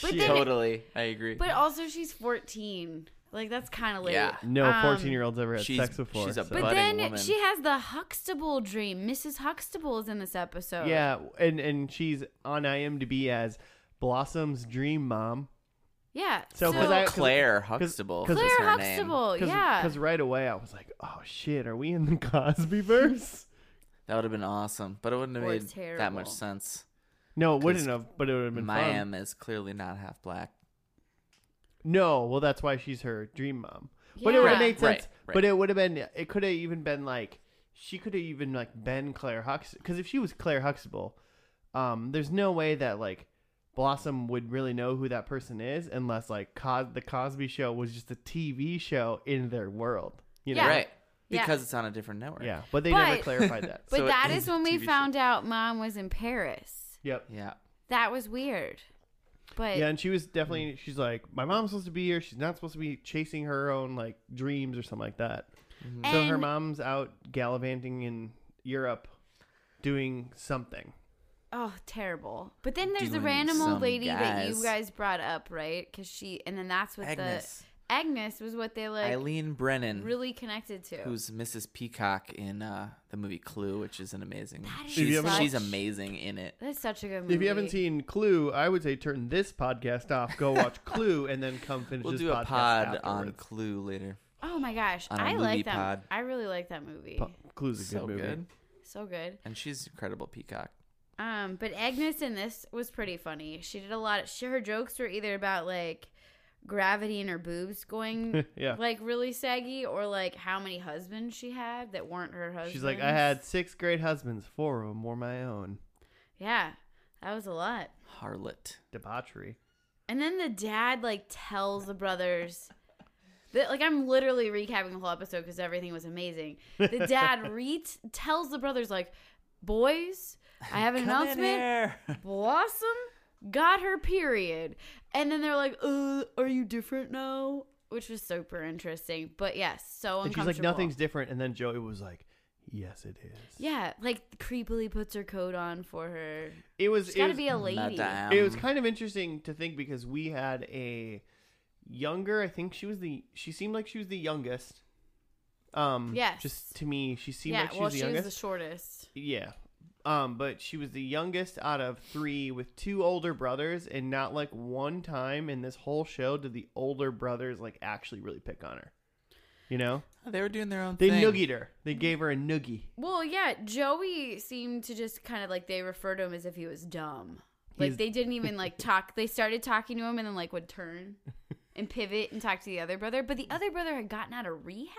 Speaker 3: But
Speaker 1: Shit.
Speaker 3: then-
Speaker 2: totally, I agree.
Speaker 3: But also, she's 14. Like that's kind of late.
Speaker 2: Yeah.
Speaker 1: no
Speaker 3: Um,
Speaker 1: fourteen year olds ever had
Speaker 2: she's-
Speaker 1: sex before.
Speaker 2: she's a
Speaker 1: so-
Speaker 2: butt.
Speaker 3: But then
Speaker 2: budding woman.
Speaker 3: she has the Huxtable dream. Mrs. Huxtable is in this episode.
Speaker 1: yeah, and and she's on IMDb as Blossom's dream mom.
Speaker 3: Yeah. So,
Speaker 1: So, 'cause I-
Speaker 2: Claire Huxtable.
Speaker 1: 'cause-
Speaker 2: is
Speaker 3: Claire
Speaker 2: her name.
Speaker 3: Huxtable.
Speaker 1: Cause,
Speaker 3: Oh, yeah.
Speaker 1: 'cause right away I was like, "Oh shit, are we in the Cosby verse?"
Speaker 2: That would have been awesome, but it wouldn't have
Speaker 3: Or
Speaker 2: made that much
Speaker 3: terrible.
Speaker 2: sense.
Speaker 1: no, it wouldn't have, but it would have been
Speaker 2: My
Speaker 1: fun.
Speaker 2: M is clearly not half black.
Speaker 1: No, well that's why she's her dream mom. But it would
Speaker 3: Yeah.
Speaker 1: have made sense.
Speaker 2: Right, right.
Speaker 1: But it would have been. It could have even been like she could have even like been Claire Huxtable because if she was Claire Huxtable, um, there's no way that like Blossom would really know who that person is unless like Cos- the Cosby Show was just a TV show in their world. You know?
Speaker 3: Yeah.
Speaker 2: Right.
Speaker 3: Yeah.
Speaker 2: Because it's on a different network.
Speaker 1: Yeah, but they never
Speaker 3: But-
Speaker 1: clarified that.
Speaker 3: but
Speaker 2: so it
Speaker 3: that
Speaker 2: is
Speaker 3: is
Speaker 2: a
Speaker 3: when we
Speaker 2: TV show.
Speaker 3: found out mom was in Paris.
Speaker 1: yep.
Speaker 2: Yeah.
Speaker 3: That was weird. But
Speaker 1: Yeah, and she was definitely.
Speaker 3: Mm.
Speaker 1: She's like, my mom's supposed to be here. She's not supposed to be chasing her own like dreams or something like that. So her
Speaker 3: Mm-hmm. and-
Speaker 1: mom's out gallivanting in Europe, doing something.
Speaker 3: Oh, terrible! But then there's the
Speaker 2: Doing
Speaker 3: random old
Speaker 2: some
Speaker 3: lady that you
Speaker 2: guys.
Speaker 3: guys brought up, right? Because she, and then that's what
Speaker 2: Agnes.
Speaker 3: the Agnes was what they like
Speaker 2: Eileen Brennan,
Speaker 3: really connected to.
Speaker 2: who's Mrs. Peacock in uh, the movie Clue, which is an amazing.
Speaker 3: That is
Speaker 1: If you
Speaker 2: She's,
Speaker 1: haven't-
Speaker 2: she's
Speaker 3: such-
Speaker 2: amazing in it.
Speaker 3: That's such a good movie.
Speaker 1: If you haven't seen Clue, I would say turn this podcast off, go watch Clue, and then come finish
Speaker 2: We'll
Speaker 1: this
Speaker 2: do a
Speaker 1: podcast
Speaker 2: pod on
Speaker 1: afterwards.
Speaker 2: Clue later.
Speaker 3: oh my gosh,
Speaker 2: on a
Speaker 3: I
Speaker 2: movie
Speaker 3: like that.
Speaker 2: pod.
Speaker 3: I really like that movie.
Speaker 1: Po- Clue's a good
Speaker 2: so
Speaker 1: movie.
Speaker 2: good.
Speaker 3: So good.
Speaker 2: And she's incredible, Peacock.
Speaker 3: Um, but Agnes in this was pretty funny. She did a lot. Of, she, her jokes were either about like gravity and her boobs going
Speaker 1: Yeah.
Speaker 3: like really saggy, or like how many husbands she had that weren't her husband.
Speaker 1: She's like, I had six great husbands, four of them were my own.
Speaker 3: Yeah, that was a lot.
Speaker 2: Harlot.
Speaker 1: Debauchery.
Speaker 3: And then the dad like tells the brothers that like I'm literally recapping the whole episode because everything was amazing. The dad re- tells the brothers like, "Boys, I have an
Speaker 2: Come in
Speaker 3: announcement.
Speaker 2: here.
Speaker 3: Blossom got her period." And then they're like, "Uh, are you different now?" Which was super interesting. But yes, so
Speaker 1: And she's like,
Speaker 3: uncomfortable.
Speaker 1: nothing's different. And then Joey was like, Yes, it is.
Speaker 3: Yeah, like creepily puts her coat on for her.
Speaker 1: It was.
Speaker 3: She's
Speaker 1: It
Speaker 3: got to
Speaker 1: was,
Speaker 3: be a lady.
Speaker 2: Madame.
Speaker 1: it was
Speaker 3: Um,
Speaker 1: kind of interesting to think because we had a younger. I think she was the. She seemed like she was the youngest. Um.
Speaker 3: Yes.
Speaker 1: Just to me, she seemed
Speaker 3: yeah,
Speaker 1: like she
Speaker 3: well,
Speaker 1: was the
Speaker 3: she was
Speaker 1: youngest.
Speaker 3: the shortest.
Speaker 1: Yeah. Um, but she was the youngest out of three with two older brothers, and not like one time in this whole show did the older brothers like actually really pick on her. You know?
Speaker 2: They were doing their own
Speaker 1: They
Speaker 2: thing.
Speaker 1: noogied her. They gave her a noogie.
Speaker 3: Well, yeah, Joey seemed to just kind of like they referred to him as if he was dumb. Like
Speaker 1: He's-
Speaker 3: they didn't even like talk. They started talking to him and then like would turn and pivot and talk to the other brother. But the other brother had gotten out of rehab.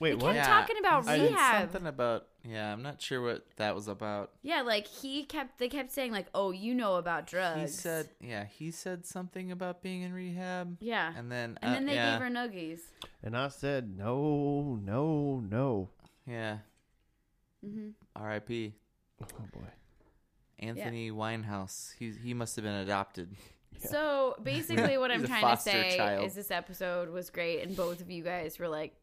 Speaker 1: Wait,
Speaker 3: They
Speaker 1: what?
Speaker 3: kept talking about
Speaker 2: I did
Speaker 3: rehab.
Speaker 2: Something about yeah, I'm not sure what that was about.
Speaker 3: Yeah, like he kept. They kept saying like, "Oh, you know about drugs."
Speaker 2: He said yeah, he said something about being in rehab.
Speaker 3: Yeah.
Speaker 2: And then
Speaker 3: and
Speaker 2: uh,
Speaker 3: then they
Speaker 2: yeah,
Speaker 3: gave her nuggies.
Speaker 1: And I said, No, no, no.
Speaker 2: yeah.
Speaker 3: Mhm.
Speaker 2: R.I.P.
Speaker 1: Oh boy.
Speaker 2: Anthony Winehouse. He he must have been adopted.
Speaker 3: So basically, what I'm
Speaker 2: He's a
Speaker 3: trying to
Speaker 2: foster
Speaker 3: say
Speaker 2: child.
Speaker 3: is this episode was great, and both of you guys were like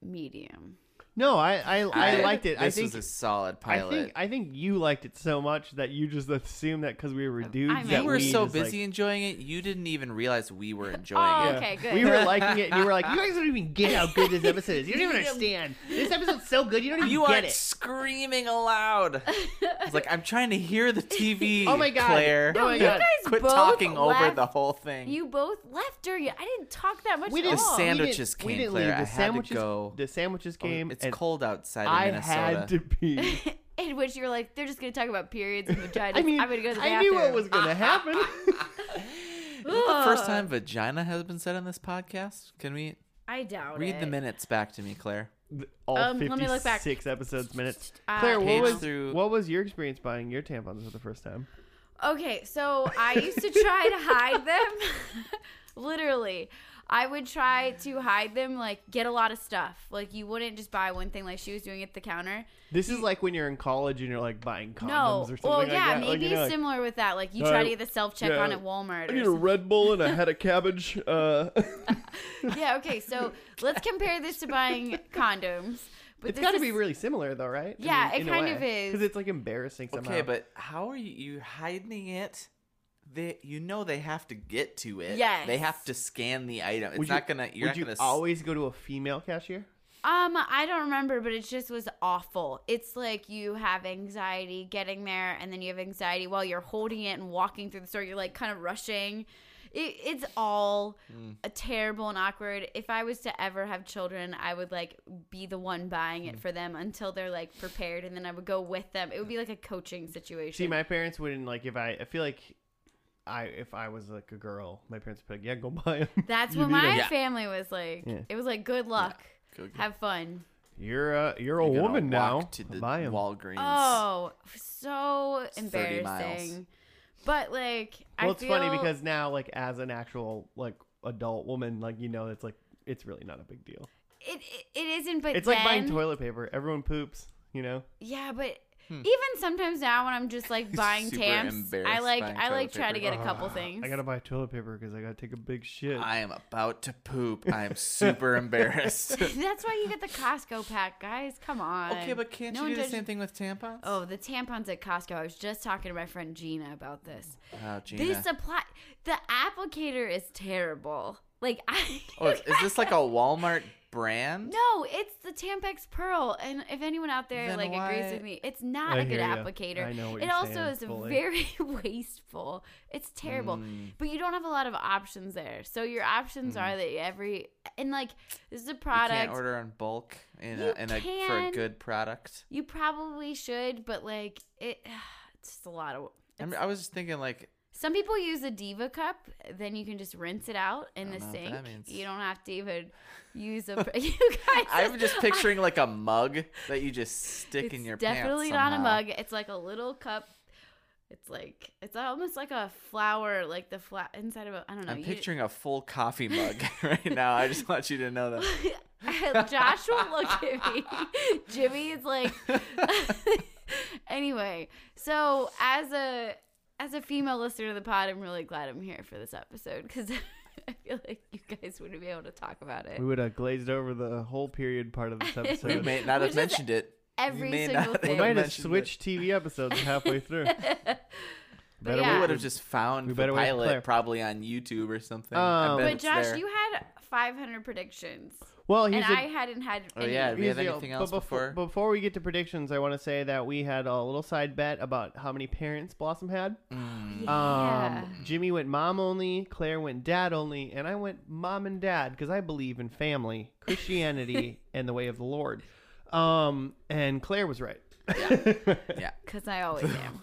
Speaker 3: medium.
Speaker 1: No, I I, I, liked it.
Speaker 2: This
Speaker 1: I think
Speaker 2: was a solid
Speaker 1: I
Speaker 2: pilot.
Speaker 1: think I think you liked it so much that you just assumed that because we were dudes
Speaker 3: mean-
Speaker 1: that
Speaker 2: you were
Speaker 1: we
Speaker 2: so
Speaker 1: just, like-
Speaker 2: busy enjoying it, you didn't even realize we were enjoying
Speaker 3: Oh,
Speaker 2: it.
Speaker 3: okay, good.
Speaker 1: We were liking it, and you were like, "You guys don't even get how good this episode is. You don't even understand. This episode's so good, you don't even
Speaker 2: You
Speaker 1: get
Speaker 2: are
Speaker 1: it."
Speaker 2: screaming aloud. It's like I'm trying to hear the TV.
Speaker 1: Oh my God.
Speaker 2: Claire!
Speaker 1: No, Oh my you God.
Speaker 3: guys
Speaker 2: Quit
Speaker 3: both
Speaker 2: talking over
Speaker 3: left-
Speaker 2: the whole thing.
Speaker 3: You both left during it. I didn't talk that much
Speaker 1: We
Speaker 3: at
Speaker 1: didn't-
Speaker 2: The
Speaker 3: all.
Speaker 2: sand-
Speaker 1: we didn't-
Speaker 2: sandwiches
Speaker 1: we
Speaker 2: came,
Speaker 1: didn't
Speaker 2: Claire.
Speaker 1: leave.
Speaker 2: I
Speaker 1: The
Speaker 2: had to
Speaker 1: sandwiches,
Speaker 2: go.
Speaker 1: The sandwiches
Speaker 2: Oh,
Speaker 1: came.
Speaker 2: it's
Speaker 1: and
Speaker 2: cold outside in
Speaker 1: I
Speaker 2: Minnesota.
Speaker 1: had to pee.
Speaker 3: in which you're like, they're just gonna talk about periods and vaginas.
Speaker 1: I mean,
Speaker 3: I'm gonna go to the
Speaker 1: I
Speaker 3: bathroom.
Speaker 1: knew what was going to happen.
Speaker 2: Is that the first
Speaker 3: Ugh.
Speaker 2: time vagina has been said on this podcast? Can we
Speaker 3: I doubt
Speaker 2: read
Speaker 3: it.
Speaker 2: the minutes back to me, Claire?
Speaker 1: All
Speaker 3: Um, let me look back.
Speaker 1: 56 episodes, minutes.
Speaker 3: Uh,
Speaker 1: Claire,
Speaker 3: Page
Speaker 1: what was,
Speaker 2: through-
Speaker 1: what was your experience buying your tampons for the first time?
Speaker 3: Okay, so I used to try to hide them. Literally. I would try to hide them, like get a lot of stuff. Like you wouldn't just buy one thing like she was doing at the counter.
Speaker 1: This is like when you're in college and you're like buying condoms or
Speaker 3: No.
Speaker 1: something
Speaker 3: Well
Speaker 1: like
Speaker 3: yeah,
Speaker 1: that. Like,
Speaker 3: maybe
Speaker 1: you know, like,
Speaker 3: similar with that. Like you
Speaker 1: No,
Speaker 3: try
Speaker 1: I-
Speaker 3: to get the self check
Speaker 1: yeah,
Speaker 3: on at Walmart
Speaker 1: I
Speaker 3: or
Speaker 1: need a Red Bull and a head of cabbage. Uh,
Speaker 3: something. Yeah, okay, so let's compare this to buying condoms. But
Speaker 1: it's
Speaker 3: this
Speaker 1: got to
Speaker 3: is-
Speaker 1: be really similar, though, right?
Speaker 3: Yeah, it kind of is.
Speaker 1: Because it's like embarrassing somehow.
Speaker 2: Okay, but how are you you hiding it? They, you know they have to get to it.
Speaker 3: Yes.
Speaker 2: They have to scan the item. It's
Speaker 1: Would you-
Speaker 2: not gonna you're
Speaker 1: would
Speaker 2: not
Speaker 1: you
Speaker 2: gonna s-
Speaker 1: always go to a female cashier?
Speaker 3: Um, I don't remember, but it just was awful. It's like you have anxiety getting there, and then you have anxiety while you're holding it and walking through the store. You're like kind of rushing. It, it's all
Speaker 1: Mm.
Speaker 3: a terrible and awkward. If I was to ever have children, I would like be the one buying
Speaker 1: Mm.
Speaker 3: it for them until they're like prepared, and then I would go with them. It would be like a coaching situation.
Speaker 1: See, my parents wouldn't like if I. I feel like I if I was like a girl, my parents would be like, "Yeah, go buy them.
Speaker 3: That's
Speaker 1: You
Speaker 3: what
Speaker 1: need
Speaker 3: my
Speaker 1: 'em.
Speaker 2: Yeah.
Speaker 3: family was like.
Speaker 1: Yeah.
Speaker 3: It was like good luck,
Speaker 2: Go get-
Speaker 3: have fun.
Speaker 1: You're a you're a
Speaker 2: you're gonna
Speaker 1: woman now.
Speaker 2: walk to the
Speaker 1: buy 'em."
Speaker 2: Walgreens.
Speaker 3: Oh, so
Speaker 2: 30 miles.
Speaker 3: embarrassing. But like, I
Speaker 1: Well, it's
Speaker 3: feel-
Speaker 1: funny because now, like, as an actual like adult woman, like you know, it's like it's really not a big deal.
Speaker 3: it it- it isn't. But
Speaker 1: It's
Speaker 3: then,
Speaker 1: like buying toilet paper. Everyone poops, you know.
Speaker 3: Yeah, but
Speaker 1: Hmm.
Speaker 3: even sometimes now when I'm just like buying
Speaker 2: Super
Speaker 3: tamps,
Speaker 2: embarrassed
Speaker 3: I like
Speaker 2: buying
Speaker 3: I
Speaker 2: toilet
Speaker 3: like try to
Speaker 2: paper.
Speaker 3: get a couple
Speaker 1: Ah,
Speaker 3: things.
Speaker 1: I gotta buy toilet paper because I gotta take a big shit.
Speaker 2: I am about to poop. I am super embarrassed.
Speaker 3: That's why you get the Costco pack, guys. Come on.
Speaker 2: okay, but can't
Speaker 3: No
Speaker 2: you
Speaker 3: one
Speaker 2: do the
Speaker 3: judges-
Speaker 2: same thing with tampons?
Speaker 3: Oh, the tampons at Costco. I was just talking to my friend Gina about this.
Speaker 2: oh Gina.
Speaker 3: The supply, the applicator is terrible. Like I.
Speaker 2: oh, is, is this like a Walmart brand?
Speaker 3: No, it's the Tampax Pearl, and if anyone out there
Speaker 2: Then
Speaker 3: like agrees
Speaker 2: why-
Speaker 3: with me, it's not
Speaker 1: I
Speaker 3: a good
Speaker 1: hear ya.
Speaker 3: applicator.
Speaker 1: I know what
Speaker 3: it
Speaker 1: you're
Speaker 3: also
Speaker 1: saying,
Speaker 3: is
Speaker 1: fully.
Speaker 3: very wasteful. It's terrible,
Speaker 2: Hmm.
Speaker 3: but you don't have a lot of options there. So your options are that every and like this is a
Speaker 2: You
Speaker 3: product.
Speaker 2: can't order in bulk in a,
Speaker 3: You
Speaker 2: in a for a
Speaker 3: can.
Speaker 2: good product.
Speaker 3: You probably should, but like it, it's just a lot of.
Speaker 2: I, mean, I was just thinking like
Speaker 3: Some people use a diva cup, then you can just rinse it out in
Speaker 2: I
Speaker 3: the
Speaker 2: don't know
Speaker 3: sink.
Speaker 2: what that means.
Speaker 3: You don't have to even use a. you guys,
Speaker 2: I'm just picturing like a mug that you just stick in
Speaker 3: It's
Speaker 2: your
Speaker 3: definitely
Speaker 2: pants.
Speaker 3: not a
Speaker 2: somehow.
Speaker 3: mug it's like a little cup it's like it's almost like a flower like the flat inside of a i don't know
Speaker 2: I'm
Speaker 3: you-
Speaker 2: picturing a full coffee mug right now. I just want you to know that.
Speaker 3: josh will look at me jimmy is like anyway so as a as a female listener to the pod i'm really glad i'm here for this episode because i feel like you guys wouldn't be able to talk about it
Speaker 1: We would have glazed over the whole period part of this
Speaker 2: We
Speaker 1: episode.
Speaker 2: may not
Speaker 3: Which
Speaker 2: have
Speaker 3: is
Speaker 2: mentioned it.
Speaker 3: every
Speaker 2: may
Speaker 3: single
Speaker 2: not-
Speaker 1: we
Speaker 2: we
Speaker 3: thing
Speaker 1: might have
Speaker 2: mentioned it.
Speaker 1: switched TV episodes halfway through.
Speaker 3: but,
Speaker 1: Better
Speaker 2: We
Speaker 3: yeah.
Speaker 2: would have just found
Speaker 1: We
Speaker 2: the
Speaker 1: better wait for Claire.
Speaker 2: pilot probably on YouTube or something.
Speaker 1: Um,
Speaker 2: I bet
Speaker 3: but
Speaker 2: it's
Speaker 3: josh
Speaker 2: there.
Speaker 3: you had 500 predictions
Speaker 1: Well, here's
Speaker 3: and
Speaker 1: a,
Speaker 3: I hadn't had
Speaker 2: Oh,
Speaker 3: any.
Speaker 2: yeah,
Speaker 1: here's
Speaker 2: we have
Speaker 1: the deal.
Speaker 2: anything
Speaker 1: But
Speaker 2: else
Speaker 1: before
Speaker 2: before?
Speaker 1: before we get to predictions, I want to say that we had a little side bet about how many parents Blossom had.
Speaker 3: Yeah.
Speaker 1: Um, Jimmy went mom only, Claire went dad only, and I went mom and dad because I believe in family, Christianity, and the way of the Lord. Um, and Claire was right.
Speaker 3: Because I always am.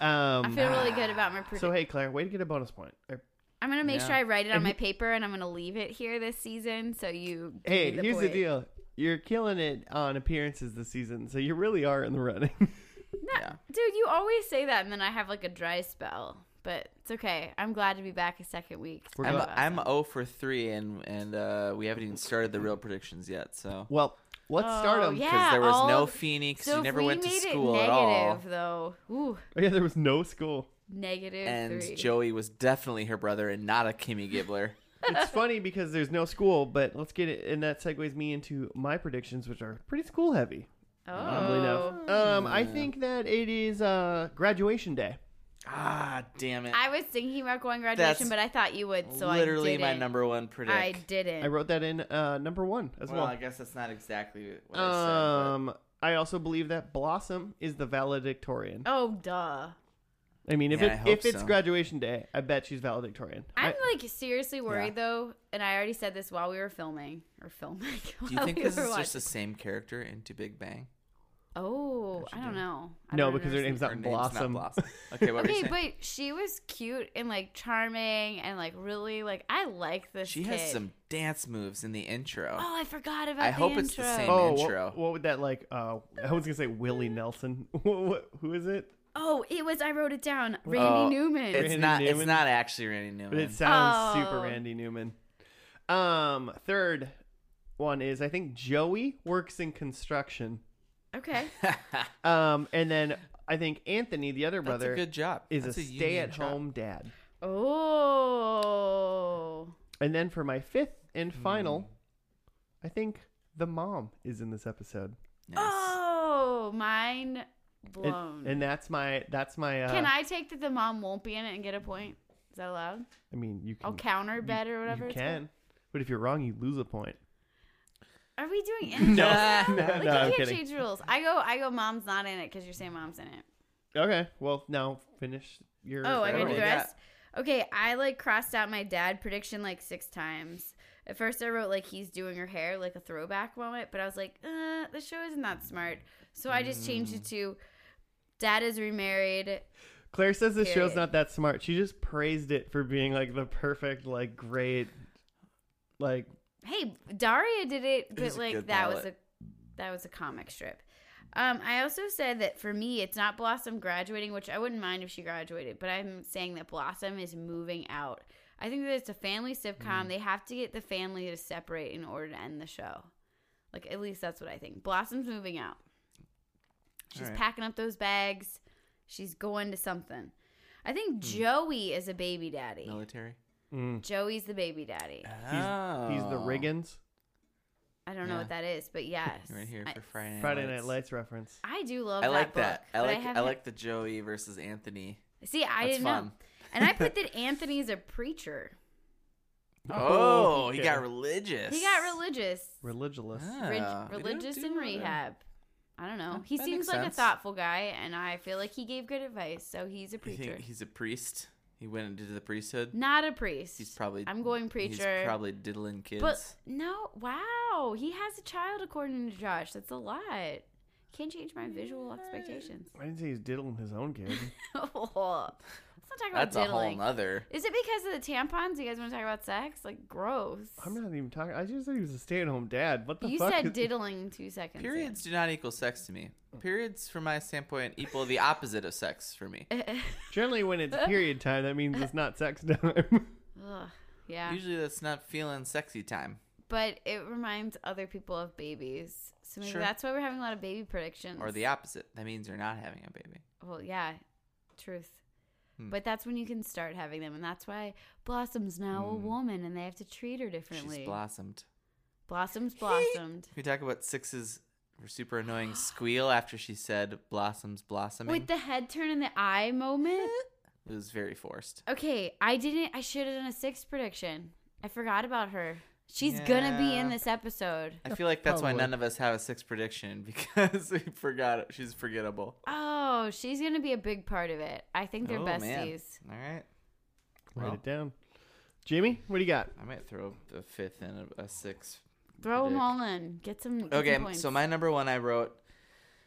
Speaker 3: I
Speaker 1: um,
Speaker 3: feel really good about my prediction.
Speaker 1: so hey, Claire, way to get a bonus point. Uh,
Speaker 3: I'm going to make
Speaker 2: Yeah.
Speaker 3: sure I write it on my paper and I'm going to leave it here this season so you. give
Speaker 1: Hey,
Speaker 3: me
Speaker 1: here's the
Speaker 3: point.
Speaker 1: deal: you're killing it on appearances this season, so you really are in the running.
Speaker 3: No,
Speaker 2: Yeah.
Speaker 3: Dude, you always say that and then I have like a dry spell. But it's okay. I'm glad to be back a second week. uh,
Speaker 1: We're
Speaker 2: I'm
Speaker 1: glad-
Speaker 2: I'm 0 for 3 and and uh, we haven't even started the real predictions yet. So
Speaker 1: well, let's start
Speaker 3: Oh,
Speaker 1: them.
Speaker 3: yeah.
Speaker 2: because there was
Speaker 3: all
Speaker 2: no
Speaker 3: of-
Speaker 2: Phoenix,
Speaker 3: So
Speaker 2: you
Speaker 3: if
Speaker 2: never
Speaker 3: we
Speaker 2: went to
Speaker 3: made
Speaker 2: school
Speaker 3: it
Speaker 2: at
Speaker 3: negative,
Speaker 2: all,
Speaker 3: though. Ooh,
Speaker 1: Oh, yeah, there was no school.
Speaker 3: negative
Speaker 2: and
Speaker 3: three.
Speaker 2: Joey was definitely her brother and not a Kimmy Gibbler.
Speaker 1: it's funny because there's no school, but let's get it, and that segues me into my predictions, which are pretty school heavy. Oddly
Speaker 3: oh.
Speaker 1: enough, um, I think that it is uh, graduation day.
Speaker 2: ah, damn it!
Speaker 3: I was thinking about going graduation,
Speaker 2: That's
Speaker 3: but I thought you would, so I
Speaker 2: Literally
Speaker 3: didn't.
Speaker 2: my number one predict.
Speaker 3: I didn't.
Speaker 1: I wrote that in uh, number one as
Speaker 2: well, I
Speaker 1: well.
Speaker 2: guess that's not exactly what I said.
Speaker 1: um, I also believe that Blossom is the valedictorian.
Speaker 3: oh, duh.
Speaker 1: I mean, if
Speaker 2: Yeah,
Speaker 1: it,
Speaker 2: I hope
Speaker 1: if it's
Speaker 2: so.
Speaker 1: graduation day, I bet she's valedictorian. I-
Speaker 3: I'm like seriously worried though, and I already said this while we were filming or filming.
Speaker 2: But do you
Speaker 3: while
Speaker 2: think
Speaker 3: we
Speaker 2: this
Speaker 3: were
Speaker 2: is just
Speaker 3: watching.
Speaker 2: the same character in To Big Bang?
Speaker 3: Oh,
Speaker 2: How'd she
Speaker 3: I don't
Speaker 2: do?
Speaker 3: know. I
Speaker 1: No,
Speaker 3: don't
Speaker 1: because her
Speaker 3: remember
Speaker 1: name's not
Speaker 2: Her name's not
Speaker 1: Blossom.
Speaker 2: Blossom. Okay, what were you
Speaker 3: Okay,
Speaker 2: saying?
Speaker 3: but she was cute and like charming and like really like I like this.
Speaker 2: she has
Speaker 3: kid.
Speaker 2: some dance moves in the intro.
Speaker 3: Oh, I forgot about.
Speaker 2: I
Speaker 3: the
Speaker 2: hope
Speaker 3: intro.
Speaker 2: it's the same.
Speaker 1: Oh,
Speaker 2: intro.
Speaker 1: What, what would that like? Uh, I was gonna say Willie Nelson. what, what, who is it?
Speaker 3: Oh, it was. I wrote it down. Randy
Speaker 2: Oh,
Speaker 3: Newman.
Speaker 2: It's
Speaker 1: Randy
Speaker 2: not. It's
Speaker 1: Newman?
Speaker 2: not actually Randy Newman.
Speaker 1: But it sounds
Speaker 3: Oh.
Speaker 1: super Randy Newman. Um, third one is I think Joey works in construction.
Speaker 3: okay.
Speaker 1: Um, and then I think Anthony, the other
Speaker 2: That's a
Speaker 1: brother,
Speaker 2: good job.
Speaker 1: is a,
Speaker 2: That's union
Speaker 1: stay-at-home dad.
Speaker 3: Oh.
Speaker 1: And then for my fifth and final,
Speaker 2: Hmm.
Speaker 1: I think the mom is in this episode.
Speaker 2: job. Nice.
Speaker 3: Oh, mind
Speaker 1: And,
Speaker 3: blown.
Speaker 1: and that's my that's my. Uh,
Speaker 3: Can I take that the mom won't be in it and get a point? Is that allowed?
Speaker 1: I mean, you can.
Speaker 3: I'll Oh, counter bet or whatever.
Speaker 1: You
Speaker 3: it's called.
Speaker 1: can, but if you're wrong, you lose a point.
Speaker 3: Are we doing it?
Speaker 2: No.
Speaker 1: no,
Speaker 3: Like,
Speaker 1: no,
Speaker 3: you
Speaker 1: I'm
Speaker 3: can't
Speaker 1: kidding.
Speaker 3: change rules. I go. I go. Mom's not in it because you're saying mom's in it.
Speaker 1: Okay, well now finish your.
Speaker 3: Oh, I
Speaker 2: Fair.
Speaker 3: gotta do
Speaker 2: What
Speaker 3: the
Speaker 2: we got?
Speaker 3: rest. Okay, I like crossed out my dad prediction like six times. At first, I wrote like he's doing her hair like a throwback moment, but I was like, uh, the show isn't that smart, so I just changed
Speaker 1: Mm.
Speaker 3: it to dad is remarried.
Speaker 1: Claire says this show's
Speaker 3: Period.
Speaker 1: not that smart. She just praised it for being like the perfect, like great, like
Speaker 3: Hey, Daria did it, but
Speaker 2: was a
Speaker 3: like
Speaker 2: good
Speaker 3: that was a
Speaker 2: ballot.
Speaker 3: that was a comic strip. Um, I also said that for me, it's not Blossom graduating, which I wouldn't mind if she graduated, but I'm saying that Blossom is moving out. I think that it's a family
Speaker 2: Mm.
Speaker 3: sitcom. They have to get the family to separate in order to end the show. Like at least that's what I think. Blossom's moving out. She's
Speaker 2: Alright.
Speaker 3: packing up those bags. She's going to something. I
Speaker 2: Hmm.
Speaker 3: think Joey is a baby daddy.
Speaker 2: military.
Speaker 1: mm,
Speaker 3: Joey's the baby
Speaker 1: he's,
Speaker 3: daddy.
Speaker 1: he's the
Speaker 2: Oh.
Speaker 1: Riggins
Speaker 3: I don't know
Speaker 2: Yeah.
Speaker 3: what that is, but yes.
Speaker 2: Right here
Speaker 3: I,
Speaker 2: for Friday Night
Speaker 1: Friday Night
Speaker 2: Lights.
Speaker 1: Lights reference.
Speaker 3: I do love
Speaker 2: I
Speaker 3: that
Speaker 2: like
Speaker 3: book,
Speaker 2: that. I
Speaker 3: but
Speaker 2: like. I,
Speaker 3: haven't-
Speaker 2: like the Joey versus Anthony.
Speaker 3: See, I
Speaker 2: That's
Speaker 3: didn't know.
Speaker 2: fun.
Speaker 3: And I put that Anthony's a preacher.
Speaker 2: Oh, he
Speaker 1: yeah.
Speaker 2: got religious.
Speaker 3: He got religious.
Speaker 1: religious.
Speaker 3: Reg-
Speaker 2: Ah, we don't
Speaker 3: religious
Speaker 2: do
Speaker 3: in
Speaker 2: that.
Speaker 3: rehab. I don't know.
Speaker 2: That-
Speaker 3: He
Speaker 2: that
Speaker 3: seems
Speaker 2: makes
Speaker 3: like
Speaker 2: sense.
Speaker 3: a thoughtful guy, and I feel like he gave good advice, so he's a
Speaker 2: You
Speaker 3: preacher.
Speaker 2: think he's a priest? He went into the priesthood.
Speaker 3: Not a priest.
Speaker 2: He's probably.
Speaker 3: I'm going preacher.
Speaker 2: He's probably diddling kids.
Speaker 3: but no, wow. He has a child according to Josh. That's a lot. Can't change my visual expectations.
Speaker 1: I didn't say he's diddling his own kid.
Speaker 3: Let's not talk about
Speaker 2: That's a whole
Speaker 3: diddling.
Speaker 2: nother.
Speaker 3: Is it because of the tampons? You guys want to talk about sex? Like, gross.
Speaker 1: I'm not even talking. I just said he was a stay-at-home dad. What the
Speaker 3: you
Speaker 1: fuck?
Speaker 3: said
Speaker 1: is-
Speaker 3: diddling two seconds. in.
Speaker 2: Periods do not equal sex to me. Periods, from my standpoint, equal the opposite of sex for me.
Speaker 1: Generally, when it's period time, that means it's not sex time.
Speaker 3: Ugh, yeah.
Speaker 2: Usually, that's not feeling sexy time.
Speaker 3: But it reminds other people of babies. So maybe
Speaker 2: Sure.
Speaker 3: that's why we're having a lot of baby predictions.
Speaker 2: Or the opposite. That means you're not having a baby.
Speaker 3: Well, yeah. Truth.
Speaker 2: Hmm.
Speaker 3: But that's when you can start having them. And that's why Blossom's now a woman and they have to treat her differently.
Speaker 2: Hmm. She's blossomed.
Speaker 3: Blossom's blossomed.
Speaker 2: Can we talk about Six's super annoying squeal after she said blossoms blossoming?
Speaker 3: With the head turn and the eye moment.
Speaker 2: it was very forced.
Speaker 3: Okay, I didn't. I should have done a sixth prediction. I forgot about her. She's gonna be in
Speaker 2: Yeah.
Speaker 3: this episode.
Speaker 2: I feel like that's why
Speaker 1: Probably.
Speaker 2: none of us have a six prediction because we forgot it. She's forgettable.
Speaker 3: Oh, she's gonna be a big part of it. I think they're
Speaker 2: Oh,
Speaker 3: besties.
Speaker 2: man. All right.
Speaker 1: Write
Speaker 2: Well.
Speaker 1: it down. Jamie, what do you got?
Speaker 2: I might throw a fifth and a, a six.
Speaker 3: Throw them
Speaker 2: Predict.
Speaker 3: all in. Get some. Get some
Speaker 2: Okay,
Speaker 3: points.
Speaker 2: so my number one I wrote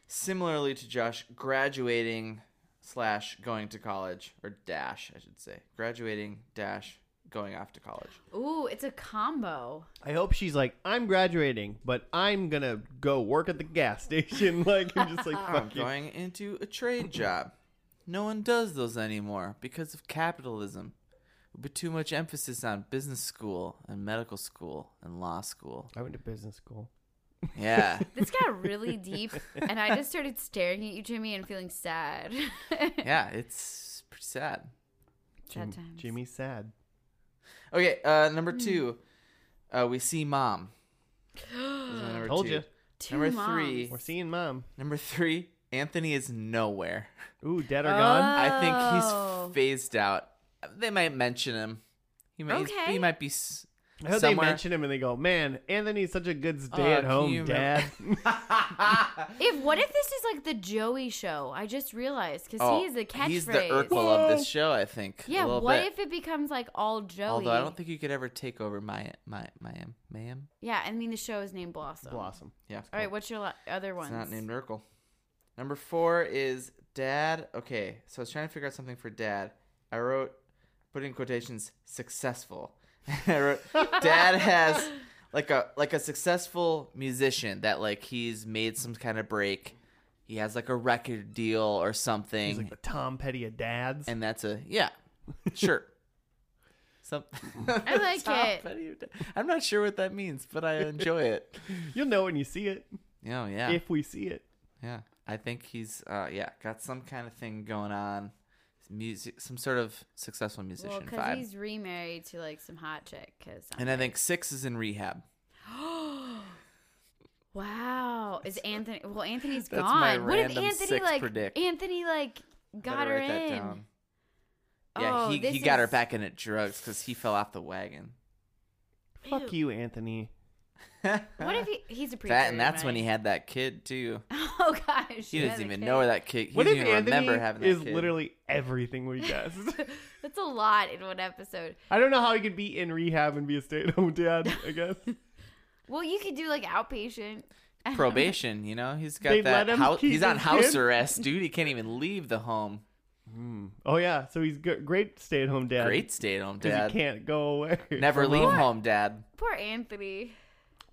Speaker 2: similarly to Josh, graduating slash going to college or dash, I should say, graduating dash going off to college.
Speaker 3: Ooh, it's a combo.
Speaker 1: I hope she's like, I'm graduating, but I'm gonna go work at the gas station. Like, I'm just like,
Speaker 2: I'm
Speaker 1: fuck you.
Speaker 2: going into a trade job. No one does those anymore because of capitalism. But too much emphasis on business school and medical school and law school.
Speaker 1: I went to business school.
Speaker 2: Yeah.
Speaker 3: This got really deep, and I just started staring at you, Jimmy, and feeling sad. sad
Speaker 2: yeah, it's pretty sad.
Speaker 1: Jim-
Speaker 3: times.
Speaker 1: Jimmy's sad.
Speaker 2: Okay, uh, number
Speaker 3: Hmm.
Speaker 2: two, uh, we see mom. Is my number
Speaker 1: Told
Speaker 2: two.
Speaker 1: ya.
Speaker 3: Two
Speaker 2: Number
Speaker 3: moms.
Speaker 2: three.
Speaker 1: We're seeing mom.
Speaker 2: Number three, Anthony is nowhere.
Speaker 1: Ooh, dead or
Speaker 2: Uh,
Speaker 3: Oh.
Speaker 1: gone?
Speaker 2: I think
Speaker 3: Oh.
Speaker 2: he's phased out. They might mention him. He might, he's-
Speaker 3: Okay.
Speaker 2: he might be. s-
Speaker 1: I hope
Speaker 2: somewhere- Oh,
Speaker 1: they mention him and they go, man, Anthony's such a good stay-at-home
Speaker 2: you remem-
Speaker 1: dad.
Speaker 3: If what if this is like the Joey show? I just realized because he is the catchphrase.
Speaker 2: Oh, He's the Urkel of this show, I think. a
Speaker 3: Yeah.
Speaker 2: little
Speaker 3: What
Speaker 2: bit.
Speaker 3: if it becomes like all Joey?
Speaker 2: Although I don't think you could ever take over my my my ma'am.
Speaker 3: Yeah, I mean the show is named Blossom.
Speaker 1: Blossom.
Speaker 2: Yeah.
Speaker 3: All right, what's your la- other
Speaker 2: It's
Speaker 3: ones?
Speaker 2: not named Urkel. Number four is dad. Okay, so I was trying to figure out something for dad. I wrote, put in quotations, successful. I wrote, dad has like a like a successful musician that like he's made some kind of break. He has like a record deal or something,
Speaker 1: He's like the Tom Petty of dads.
Speaker 2: and that's a yeah, sure. Some, I
Speaker 3: like it.
Speaker 2: I'm not sure what that means, but I enjoy it.
Speaker 1: You'll know when you see it,
Speaker 2: Oh yeah.
Speaker 1: if we see it.
Speaker 2: Yeah, I think he's uh yeah got some kind of thing going on, music, some sort of successful
Speaker 3: Well,
Speaker 2: musician
Speaker 3: because
Speaker 2: vibe.
Speaker 3: he's remarried to like some hot chick. Cause uh,
Speaker 2: And I think six is in rehab.
Speaker 3: wow, is Anthony? Well, Anthony's
Speaker 2: That's
Speaker 3: gone.
Speaker 2: my
Speaker 3: what if
Speaker 2: random
Speaker 3: Anthony
Speaker 2: six
Speaker 3: like
Speaker 2: predict.
Speaker 3: Anthony like got
Speaker 2: Better
Speaker 3: her
Speaker 2: write that
Speaker 3: in?
Speaker 2: down. Yeah,
Speaker 3: Oh,
Speaker 2: he he
Speaker 3: this
Speaker 2: got her
Speaker 3: is-
Speaker 2: back in at drugs because he fell off the wagon.
Speaker 1: Fuck you, Anthony.
Speaker 3: What if he, he's a preacher?
Speaker 2: that and that's when
Speaker 3: right?
Speaker 2: he had that kid too.
Speaker 3: Oh gosh,
Speaker 2: He
Speaker 3: yeah,
Speaker 2: doesn't
Speaker 3: the
Speaker 2: even
Speaker 3: kid.
Speaker 2: know where that kid. He
Speaker 1: what
Speaker 2: doesn't
Speaker 1: if
Speaker 2: even
Speaker 1: Anthony
Speaker 2: remember having that
Speaker 1: is
Speaker 2: kid.
Speaker 1: literally everything we guess?
Speaker 3: That's a lot in one episode.
Speaker 1: I don't know how he could be in rehab and be a stay-at-home dad. I guess
Speaker 3: Well, you could do like outpatient.
Speaker 2: probation. You know, he's got
Speaker 1: They
Speaker 2: that.
Speaker 1: let him
Speaker 2: House,
Speaker 1: keep
Speaker 2: he's on
Speaker 1: his
Speaker 2: house
Speaker 1: kid?
Speaker 2: arrest, dude. He can't even leave the home.
Speaker 1: Oh yeah, so he's g- great stay-at-home dad.
Speaker 2: Great stay-at-home
Speaker 1: because he
Speaker 2: dad.
Speaker 1: can't go away.
Speaker 2: Never
Speaker 1: from
Speaker 2: leave
Speaker 1: home.
Speaker 2: home, dad.
Speaker 3: Poor Anthony.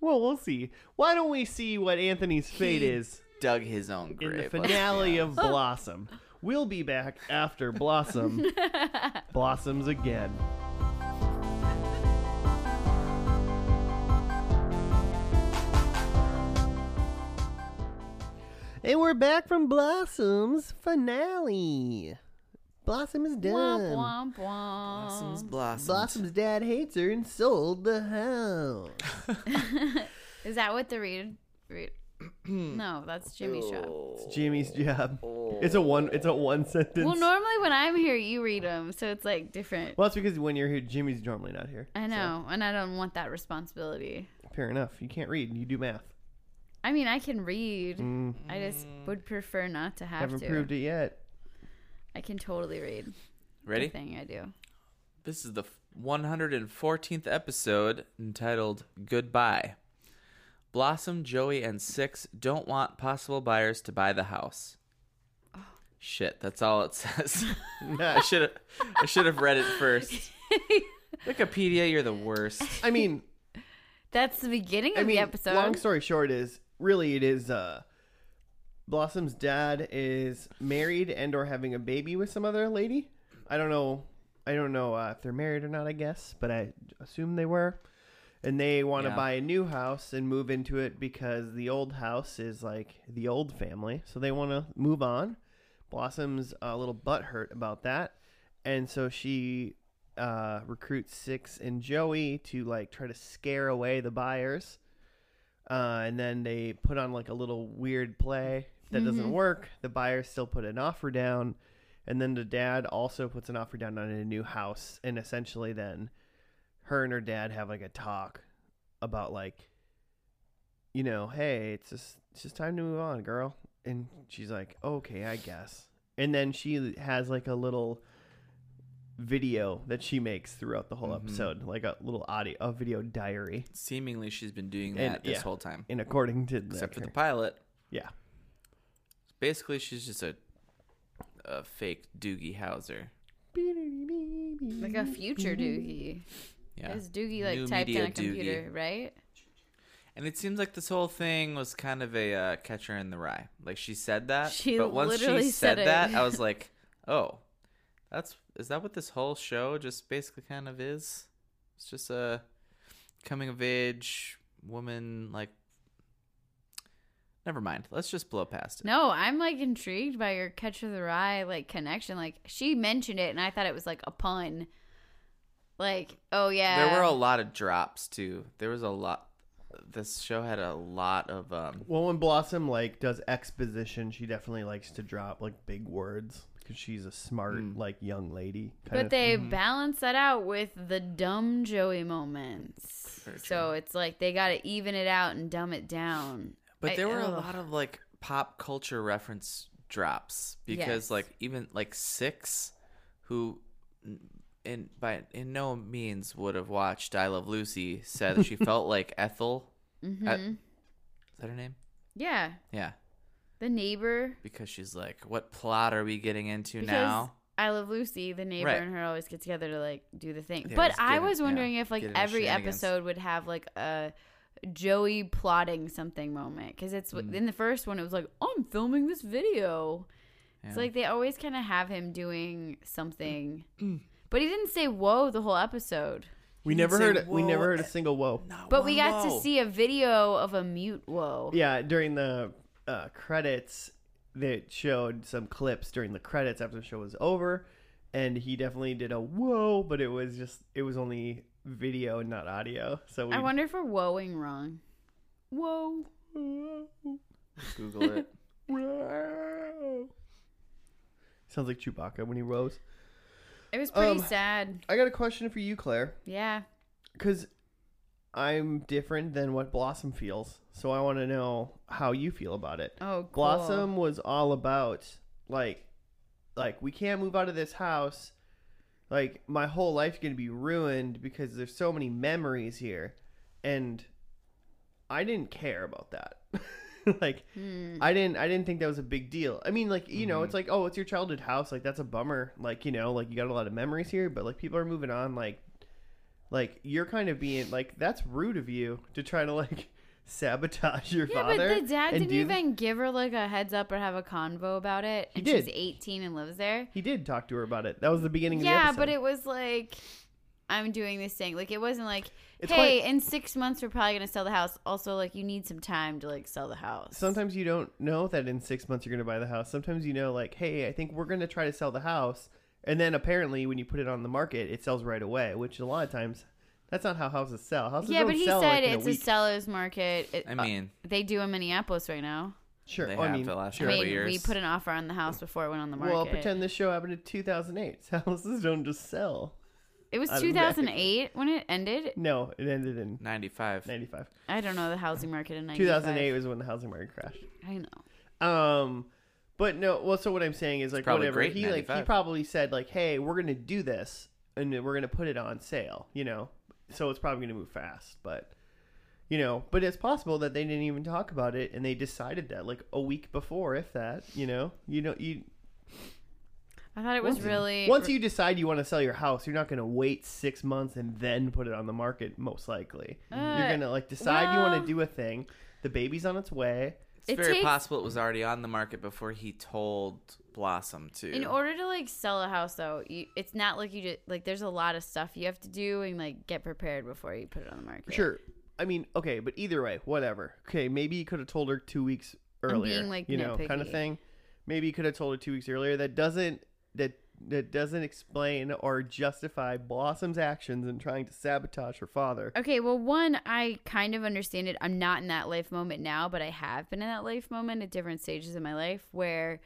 Speaker 1: Well, we'll see. Why don't we see what Anthony's fate
Speaker 2: He
Speaker 1: is
Speaker 2: dug his own
Speaker 1: in
Speaker 2: grave.
Speaker 1: the
Speaker 2: let's be
Speaker 1: finale
Speaker 2: honest.
Speaker 1: of Blossom? We'll be back after Blossom blossoms again. And we're back from Blossom's finale. Blossom is done.
Speaker 3: Womp womp womp.
Speaker 2: Blossoms, blossoms.
Speaker 1: Blossom's dad hates her and sold the house.
Speaker 3: Is that what the read? read? no, that's Jimmy's show.
Speaker 1: Jimmy's job. It's a one. It's a one sentence.
Speaker 3: Well, normally when I'm here, you read them, so it's like different.
Speaker 1: Well, that's because when you're here, Jimmy's normally not here.
Speaker 3: I know, and I don't want that responsibility.
Speaker 1: Fair enough. You can't read. You do math.
Speaker 3: I mean, I can read.
Speaker 1: Mm,
Speaker 3: I just would prefer not to have
Speaker 1: haven't
Speaker 3: to.
Speaker 1: proved it yet.
Speaker 3: I can totally read.
Speaker 2: Ready?
Speaker 3: Thing I do.
Speaker 2: This is the f- 114th episode entitled Goodbye. Blossom, Joey, and Six don't want possible buyers to buy the house.
Speaker 1: Oh.
Speaker 2: Shit, that's all it says. I should have I should have read it first. Wikipedia, you're the worst.
Speaker 1: I mean,
Speaker 3: That's the beginning of
Speaker 1: I mean.
Speaker 3: the episode.
Speaker 1: Long story short is really it is. uh Blossom's dad is married and or having a baby with some other lady. I don't know. I don't know uh, if they're married or not. I guess, but I assume they were. And they want to
Speaker 2: Yeah.
Speaker 1: buy a new house and move into it because the old house is like the old family. So they want to move on. Blossom's a little butthurt about that, and so she uh, recruits Six and Joey to like try to scare away the buyers. Uh, and then they put on like a little weird play that doesn't work. The buyers still put an offer down, and then the dad also puts an offer down on a new house. And essentially, then her and her dad have like a talk about like, you know, hey, it's just it's just time to move on, girl. And she's like, okay, I guess. And then she has like a little video that she makes throughout the whole
Speaker 2: Mm-hmm.
Speaker 1: episode, like a little audio, a video diary.
Speaker 2: Seemingly she's been doing that
Speaker 1: And-
Speaker 2: this
Speaker 1: yeah.
Speaker 2: whole time.
Speaker 1: And according to
Speaker 2: Except for
Speaker 1: the,
Speaker 2: the pilot.
Speaker 1: yeah,
Speaker 2: Basically she's just a a fake Doogie Howser.
Speaker 3: Like a
Speaker 1: Mm-hmm.
Speaker 3: future Doogie.
Speaker 2: Yeah.
Speaker 3: Is Doogie like
Speaker 2: New
Speaker 3: typed on
Speaker 2: media
Speaker 3: a computer, right?
Speaker 2: And it seems like this whole thing was kind of a uh, catcher in the rye. Like she said that,
Speaker 3: She
Speaker 2: but once
Speaker 3: literally
Speaker 2: she
Speaker 3: said
Speaker 2: said,
Speaker 3: it.
Speaker 2: that, I was like, "Oh, that's is that what this whole show just basically kind of is? It's just a coming of age woman like Never mind. Let's just blow past it.
Speaker 3: No, I'm like intrigued by your catch of the rye like connection. Like she mentioned it, and I thought it was like a pun. Like, oh yeah,
Speaker 2: There were a lot of drops too. There was a lot this show had a lot of um
Speaker 1: Well, when Blossom like does exposition, she definitely likes to drop like big words because she's a smart like young lady. Kind
Speaker 3: but
Speaker 1: of.
Speaker 3: they
Speaker 2: Mm-hmm.
Speaker 3: balance that out with the dumb Joey moments. So it's like they got to even it out and dumb it down. I-
Speaker 2: But there were a
Speaker 3: ugh.
Speaker 2: lot of like pop culture reference drops because
Speaker 3: Yes.
Speaker 2: like even like six, who n- in by in no means would have watched I Love Lucy said that she felt like Ethel. E- is that her name?
Speaker 3: Mm-hmm. Yeah,
Speaker 2: Yeah.
Speaker 3: The neighbor.
Speaker 2: because she's like, what plot are we getting into
Speaker 3: Because
Speaker 2: now?
Speaker 3: I love Lucy. The neighbor
Speaker 2: Right.
Speaker 3: and her always get together to like do the thing.
Speaker 2: They
Speaker 3: but
Speaker 2: always
Speaker 3: I
Speaker 2: get-
Speaker 3: was
Speaker 2: yeah,
Speaker 3: wondering if like
Speaker 2: get into
Speaker 3: every
Speaker 2: shenanigans.
Speaker 3: episode would have like a Joey plotting something moment because it's
Speaker 2: Mm.
Speaker 3: in the first one it was like I'm filming this video.
Speaker 2: Yeah.
Speaker 3: It's like they always kind of have him doing something,
Speaker 2: Mm.
Speaker 3: but he didn't say whoa the whole episode.
Speaker 1: We
Speaker 2: He
Speaker 1: never
Speaker 2: didn't
Speaker 1: heard
Speaker 2: say
Speaker 1: we never
Speaker 2: whoa.
Speaker 1: heard a single whoa.
Speaker 2: Not
Speaker 3: But we
Speaker 2: one
Speaker 3: got
Speaker 2: low.
Speaker 3: to see a video of a mute whoa.
Speaker 1: Yeah, during the uh, credits, that showed some clips during the credits after the show was over, and he definitely did a whoa, but it was just it was only video and not audio. So we
Speaker 3: I wonder if we're woeing wrong. Whoa.
Speaker 2: Google it.
Speaker 1: sounds like Chewbacca when he rose.
Speaker 3: It was pretty
Speaker 1: Um,
Speaker 3: sad.
Speaker 1: I got a question for you, Claire,
Speaker 3: Yeah.
Speaker 1: because I'm different than what Blossom feels, so I want to know how you feel about it.
Speaker 3: Oh, cool.
Speaker 1: Blossom was all about like like we can't move out of this house. Like my whole life's going to be ruined because there's so many memories here and I didn't care about that. like
Speaker 3: Hmm.
Speaker 1: I didn't I didn't think that was a big deal. I mean like, you know,
Speaker 3: Mm-hmm.
Speaker 1: it's like, "Oh, it's your childhood house. Like that's a bummer. Like, you know, like you got a lot of memories here, but like people are moving on like like you're kind of being like that's rude of you to try to like sabotage your
Speaker 3: Yeah,
Speaker 1: father.
Speaker 3: but the dad
Speaker 1: and
Speaker 3: didn't
Speaker 1: do-
Speaker 3: even give her like a heads up or have a convo about it.
Speaker 1: He
Speaker 3: and
Speaker 1: did.
Speaker 3: she's 18 and lives there.
Speaker 1: He did talk to her about it. That was the beginning
Speaker 3: Yeah,
Speaker 1: of the
Speaker 3: but
Speaker 1: episode.
Speaker 3: it was like I'm doing this thing. Like it wasn't like,
Speaker 1: It's
Speaker 3: hey,
Speaker 1: quite-
Speaker 3: in six months we're probably gonna sell the house. Also, like you need some time to like sell the house.
Speaker 1: Sometimes you don't know that in six months you're going to buy the house. Sometimes you know, like, hey, I think we're going to try to sell the house. And then apparently, when you put it on the market, it sells right away, which a lot of times that's not how houses sell. Houses
Speaker 3: yeah,
Speaker 1: don't
Speaker 3: but he
Speaker 1: sell, like,
Speaker 3: said
Speaker 1: in
Speaker 3: it's
Speaker 1: a
Speaker 3: a,
Speaker 1: week.
Speaker 3: seller's market. It-
Speaker 2: I mean,
Speaker 3: they do in Minneapolis right now.
Speaker 1: Uh, Sure,
Speaker 2: they
Speaker 1: I
Speaker 2: have
Speaker 1: mean,
Speaker 2: the last
Speaker 3: I
Speaker 2: couple
Speaker 3: mean,
Speaker 2: years.
Speaker 3: we put an offer on the house before it went on the market.
Speaker 1: well, pretend this show happened in 2008. Houses don't just sell.
Speaker 3: it was
Speaker 1: I don't know.
Speaker 3: 2008 when it ended.
Speaker 1: No, it ended in
Speaker 2: 95.
Speaker 1: 95.
Speaker 3: I don't know the housing market in 95.
Speaker 1: 2008 was when the housing market crashed.
Speaker 3: I know.
Speaker 1: Um, but no. Well, so what I'm saying is like
Speaker 2: probably
Speaker 1: whatever
Speaker 2: great in
Speaker 1: he like he
Speaker 2: 95.
Speaker 1: probably said like, hey, we're gonna do this and then we're gonna put it on sale. You know, so it's probably gonna move fast, but. You know, but it's possible that they didn't even talk about it, and they decided that like a week before, if that. You know, you know, you
Speaker 3: I thought it was
Speaker 1: Once-
Speaker 3: really
Speaker 1: once you decide you want to sell your house, you're not going to wait six months and then put it on the market. Most likely, you're
Speaker 3: Uh,
Speaker 1: gonna like decide you want
Speaker 3: well-
Speaker 1: to do a thing. The baby's on its way.
Speaker 2: It's
Speaker 3: It
Speaker 2: very
Speaker 3: takes-
Speaker 2: possible it was already on the market before he told Blossom to.
Speaker 3: In order to like sell a house though, you, it's not like you just like there's a lot of stuff you have to do and like get prepared before you put it on the market.
Speaker 1: Sure. I mean, okay, but either way, whatever. Okay, maybe you could have told her two weeks earlier,
Speaker 3: being, like,
Speaker 1: you know, kind of
Speaker 3: nitpicky.
Speaker 1: thing. Maybe you could have told her two weeks earlier. That doesn't that that doesn't explain or justify Blossom's actions in trying to sabotage her father.
Speaker 3: Okay, well one I kind of understand it. I'm not in that life moment now, but I have been in that life moment at different stages in my life where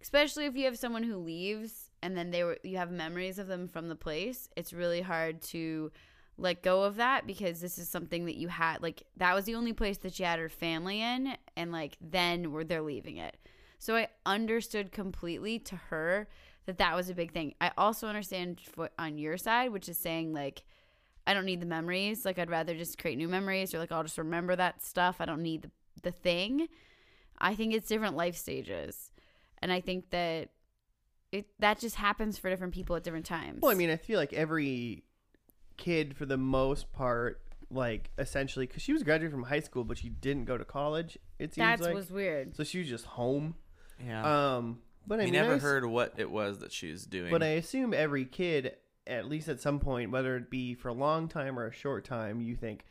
Speaker 3: especially if you have someone who leaves and then they were you have memories of them from the place, it's really hard to let go of that because this is something that you had like that was the only place that you had her family in and like then were they're leaving it. So I understood completely to her that that was a big thing. I also understand for, on your side, which is saying like I don't need the memories. Like I'd rather just create new memories or like I'll just remember that stuff. I don't need the, the thing. I think it's different life stages. And I think that it that just happens for different people at different times.
Speaker 1: Well, I mean, I feel like every kid, for the most part, like essentially, because she was graduating from high school, but she didn't go to college. It seems
Speaker 3: that
Speaker 1: like
Speaker 3: was weird.
Speaker 1: so she was just home.
Speaker 3: Oh.
Speaker 2: yeah.
Speaker 1: Um, but I
Speaker 2: we
Speaker 1: mean,
Speaker 2: never
Speaker 1: I ass-
Speaker 2: heard what it was that she was doing.
Speaker 1: But I assume every kid, at least at some point, whether it be for a long time or a short time, you think.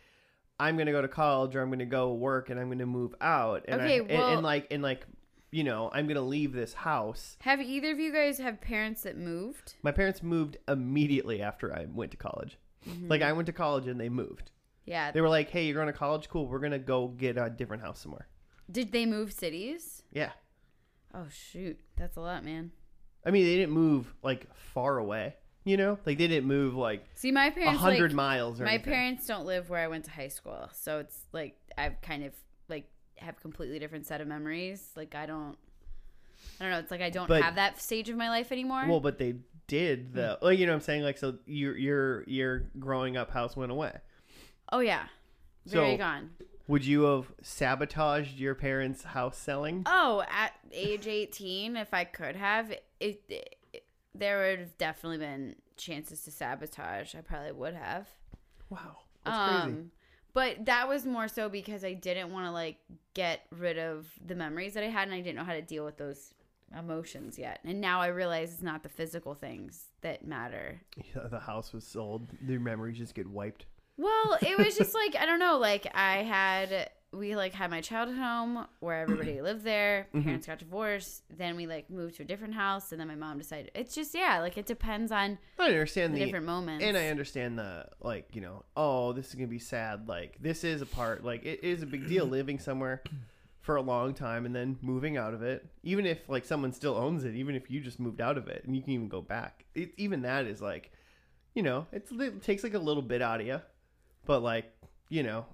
Speaker 1: I'm gonna go to college, or I'm gonna go work, and I'm gonna move out, and, I-
Speaker 3: Okay,
Speaker 1: and-
Speaker 3: well-
Speaker 1: and like, and like, you know, I'm gonna leave this house.
Speaker 3: Have either of you guys have parents that moved?
Speaker 1: My parents moved immediately after I went to college.
Speaker 3: Mm-hmm.
Speaker 1: Like, I went to college, and they moved.
Speaker 3: Yeah.
Speaker 1: They were like, "Hey, you're going to college? Cool. We're gonna go get a different house somewhere."
Speaker 3: Did they move cities?
Speaker 1: Yeah,
Speaker 3: Oh shoot. That's a lot, man.
Speaker 1: I mean, they didn't move like far away. You know, like they didn't move like
Speaker 3: See my
Speaker 1: a
Speaker 3: parents
Speaker 1: hundred
Speaker 3: like,
Speaker 1: miles or
Speaker 3: my
Speaker 1: anything.
Speaker 3: parents don't live where I went to high school, so it's like I've kind of like have completely different set of memories. Like I don't, I don't know. It's like I don't
Speaker 1: But-
Speaker 3: have that stage of my life anymore.
Speaker 1: Well, but they
Speaker 3: Hmm.
Speaker 1: did though. Like, you know what I'm saying? Like, so your your your growing up house went away.
Speaker 3: oh yeah, very
Speaker 1: so-
Speaker 3: gone.
Speaker 1: Would you have sabotaged your parents' house selling?
Speaker 3: Oh, at age 18, if I could have, it, it- there would have definitely been chances to sabotage. I probably would have.
Speaker 1: Wow, that's
Speaker 3: um,
Speaker 1: crazy.
Speaker 3: But that was more so because I didn't want to like get rid of the memories that I had, and I didn't know how to deal with those emotions yet. And now I realize it's not the physical things that matter.
Speaker 1: Yeah, the house was sold. Their memories just get wiped.
Speaker 3: Well, it was just like I don't know. Like I had we like had my childhood home where everybody lived there. Parents got divorced. Then we like moved to a different house, and then my mom decided it's just yeah. Like it depends on
Speaker 1: I understand
Speaker 3: the
Speaker 1: the,
Speaker 3: different moments.
Speaker 1: and I understand the like you know oh this is gonna be sad like this is a part like it is a big deal living somewhere for a long time and then moving out of it even if like someone still owns it even if you just moved out of it and you can even go back it, even that is like you know it's, it takes like a little bit out of you but like you know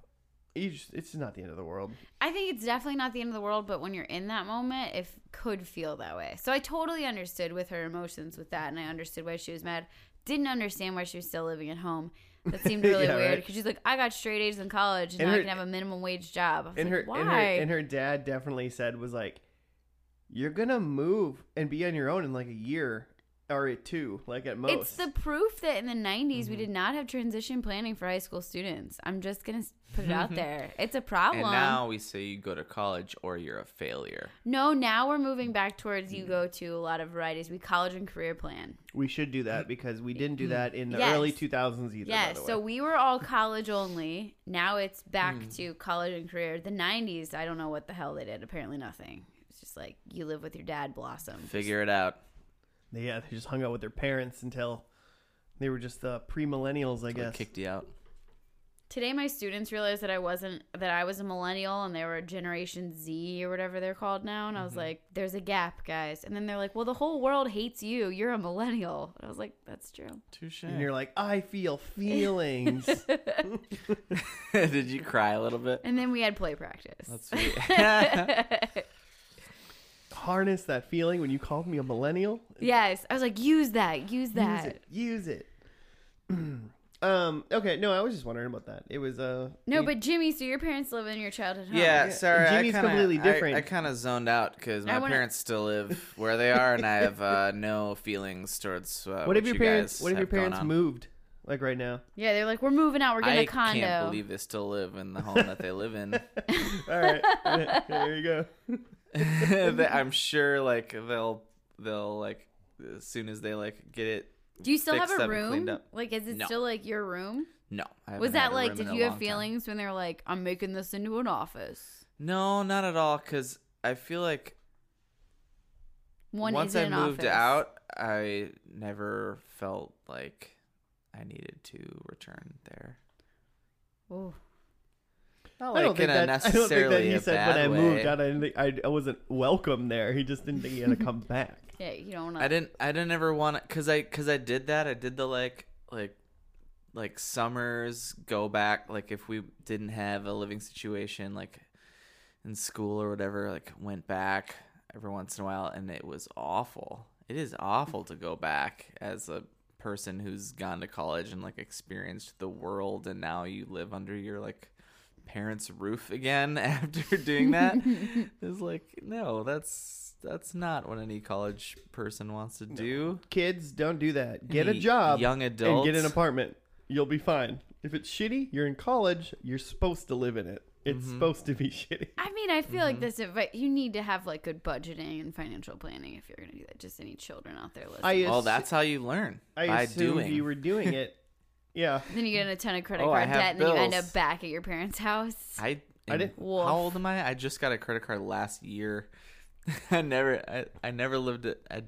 Speaker 1: you just, it's not the end of the world
Speaker 3: I think it's definitely not the end of the world, but when you're in that moment, it could feel that way. So I totally understood with her emotions with that, and I understood why she was mad. Didn't understand why she was still living at home. That seemed really
Speaker 1: Yeah,
Speaker 3: weird
Speaker 1: right.
Speaker 3: because she's like, I got straight A's in college, and,
Speaker 1: And
Speaker 3: now
Speaker 1: her-
Speaker 3: I can have a minimum wage job. I was
Speaker 1: and
Speaker 3: like,
Speaker 1: her
Speaker 3: why?
Speaker 1: and her and her dad definitely said was like you're gonna move and be on your own in like a year or two like at most Mm-hmm.
Speaker 3: it's the proof that in the 90s we did not have transition planning for high school students. I'm just going to put it
Speaker 1: Mm-hmm.
Speaker 3: out there. It's a problem.
Speaker 2: And now we say you go to college or you're a failure.
Speaker 3: no, now we're moving back towards
Speaker 1: Mm-hmm.
Speaker 3: you go to a lot of varieties. We college and career plan.
Speaker 1: We should do that because we didn't
Speaker 2: mm.
Speaker 1: do that in the
Speaker 3: Yes.
Speaker 1: early 2000s either.
Speaker 3: Yeah,
Speaker 1: by the way. Hmm.
Speaker 3: so we were all college only. Now it's back to college and career. The 90s, I don't know what the hell they did. Apparently nothing. It's just like you live with your dad blossom.
Speaker 2: Figure it out.
Speaker 1: They- yeah, they just hung out with their parents until they were just uh, pre-millennials, I
Speaker 2: That's what
Speaker 1: guess.
Speaker 2: kicked you out.
Speaker 3: Today my students realized that I wasn't that I was a millennial and they were generation Z or whatever they're called now and I was
Speaker 1: Mm-hmm.
Speaker 3: like there's a gap, guys. And then they're like, "Well, the whole world hates you. You're a millennial." And I was like, "That's true."
Speaker 2: Touche.
Speaker 1: And you're like, I feel feelings.
Speaker 2: Did you cry a little bit?
Speaker 3: And then we had play practice.
Speaker 2: That's sweet.
Speaker 1: Harness that feeling when you called me a millennial.
Speaker 3: yes. I was like, "Use that. Use that."
Speaker 1: Use it. Use it. um. Okay. No, I was just wondering about that. It was uh.
Speaker 3: No,
Speaker 1: we-
Speaker 3: but Jimmy, so your parents live in your childhood home.
Speaker 2: yeah, sorry.
Speaker 1: Jimmy's
Speaker 2: I kinda,
Speaker 1: completely
Speaker 2: I-
Speaker 1: different.
Speaker 2: I, kind of zoned out because my
Speaker 3: I wanna-
Speaker 2: parents still live where they are, and I have uh, no feelings towards uh,
Speaker 1: what if your
Speaker 2: you
Speaker 1: parents?
Speaker 2: guys
Speaker 1: What if your
Speaker 2: have going
Speaker 1: parents
Speaker 2: on.
Speaker 1: moved? Like right now.
Speaker 3: Yeah, they're like, we're moving out. We're getting
Speaker 2: I
Speaker 3: a condo.
Speaker 2: can't believe they still live in the home that they live in.
Speaker 1: All right. there you go.
Speaker 2: That I'm sure, like they'll they'll like as soon as they like get it.
Speaker 3: Do you still have
Speaker 2: fixed
Speaker 3: a
Speaker 2: up and cleaned
Speaker 3: room?
Speaker 2: up.
Speaker 3: Like, is it
Speaker 2: No.
Speaker 3: still like your room?
Speaker 2: No, I
Speaker 3: Was
Speaker 2: haven't had
Speaker 3: that
Speaker 2: a
Speaker 3: like,
Speaker 2: room
Speaker 3: did
Speaker 2: in a
Speaker 3: you
Speaker 2: long
Speaker 3: have
Speaker 2: time.
Speaker 3: feelings when they're like, I'm making this into an office?
Speaker 2: No, not at all. Because I feel like
Speaker 3: One
Speaker 2: once
Speaker 3: is
Speaker 2: I
Speaker 3: an
Speaker 2: moved
Speaker 3: office.
Speaker 2: out, I never felt like I needed to return there.
Speaker 3: Ooh.
Speaker 2: Not
Speaker 1: I don't
Speaker 2: like
Speaker 1: think
Speaker 2: in a
Speaker 1: that. I don't think that
Speaker 2: necessarily
Speaker 1: he
Speaker 2: a
Speaker 1: said when I
Speaker 2: bad
Speaker 1: moved
Speaker 2: way.
Speaker 1: out. I, didn't think, I I wasn't welcome there. He just didn't think he had to come back.
Speaker 3: Yeah, you don't
Speaker 2: I
Speaker 3: want to.
Speaker 2: didn't. I didn't ever want to, cause I, cause I did that. I did the like, like, like summers go back. Like if we didn't have a living situation, like in school or whatever, like went back every once in a while, and it was awful. It is awful to go back as a person who's gone to college and like experienced the world, and now you live under your like parents' roof again after doing that. It's like, no, that's that's not what any college person wants to do.
Speaker 1: Kids, don't do that. Get a
Speaker 2: Any
Speaker 1: job
Speaker 2: young
Speaker 1: and
Speaker 2: adults.
Speaker 1: get an apartment. You'll be fine. If it's shitty, you're in college. You're supposed to live in it. It's supposed to be shitty.
Speaker 3: I mean, I feel
Speaker 2: Mm-hmm.
Speaker 3: like this advice, you need to have like good budgeting and financial planning if you're going to do that. Just any children out there listening.
Speaker 1: I
Speaker 2: Well,
Speaker 1: assu-
Speaker 2: that's how you learn
Speaker 1: I
Speaker 2: by
Speaker 1: assumed
Speaker 2: doing.
Speaker 1: you were doing it. Yeah.
Speaker 3: then you get in a ton of credit
Speaker 2: Oh, I
Speaker 3: card
Speaker 2: have
Speaker 3: debt and then you end
Speaker 2: bills.
Speaker 3: up back at your parents' house.
Speaker 2: I,
Speaker 1: I
Speaker 2: am-
Speaker 1: didn't-
Speaker 3: Woof.
Speaker 2: How old am I? I just got a credit card last year. I never, I, I never lived at, I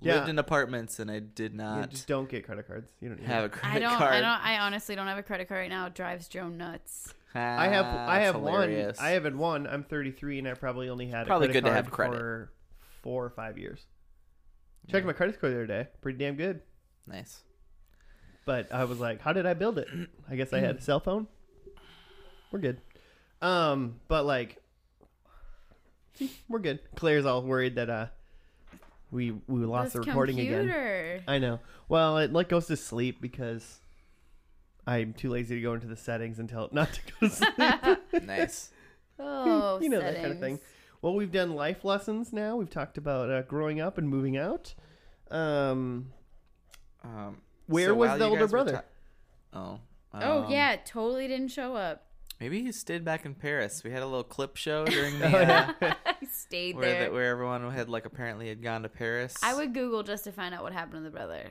Speaker 1: Yeah.
Speaker 2: lived in apartments, and I did
Speaker 1: You
Speaker 2: not
Speaker 1: just don't get credit cards. You don't need
Speaker 2: have a
Speaker 1: it.
Speaker 2: credit
Speaker 3: I don't,
Speaker 2: card.
Speaker 3: I don't, I honestly don't have a credit card right now. It drives Joe nuts.
Speaker 2: Ah,
Speaker 1: I have I
Speaker 2: that's
Speaker 1: have
Speaker 2: hilarious.
Speaker 1: one. I haven't one. I'm 33 and I probably only had
Speaker 2: Probably
Speaker 1: a credit
Speaker 2: good to
Speaker 1: card
Speaker 2: have credit.
Speaker 1: for four or five years. Checked my credit score the other day. Pretty damn good.
Speaker 2: nice.
Speaker 1: But I was like, how did I build it? I guess I had a cell phone. We're good. Um, but like see, we're good. Claire's all worried that uh we we lost
Speaker 3: This
Speaker 1: the recording again.
Speaker 3: computer.
Speaker 1: I know. Well, it like goes to sleep because I'm too lazy to go into the settings and tell it not to go to sleep.
Speaker 2: nice.
Speaker 3: Oh,
Speaker 1: you know that kind of thing.
Speaker 3: settings.
Speaker 1: Well, we've done life lessons now. We've talked about uh, growing up and moving out. Um,
Speaker 2: Um,
Speaker 1: Where
Speaker 2: so
Speaker 1: was
Speaker 2: while
Speaker 1: the
Speaker 2: you
Speaker 1: older
Speaker 2: guys were
Speaker 1: brother?
Speaker 2: ta- oh.
Speaker 3: Oh
Speaker 2: um,
Speaker 3: yeah, totally didn't show up.
Speaker 2: Maybe he stayed back in Paris. We had a little clip show during the,
Speaker 1: Oh,
Speaker 2: uh,
Speaker 3: I stayed
Speaker 2: where,
Speaker 3: there.
Speaker 2: the, where everyone had like apparently had gone to Paris.
Speaker 3: I would Google just to find out what happened to the brother.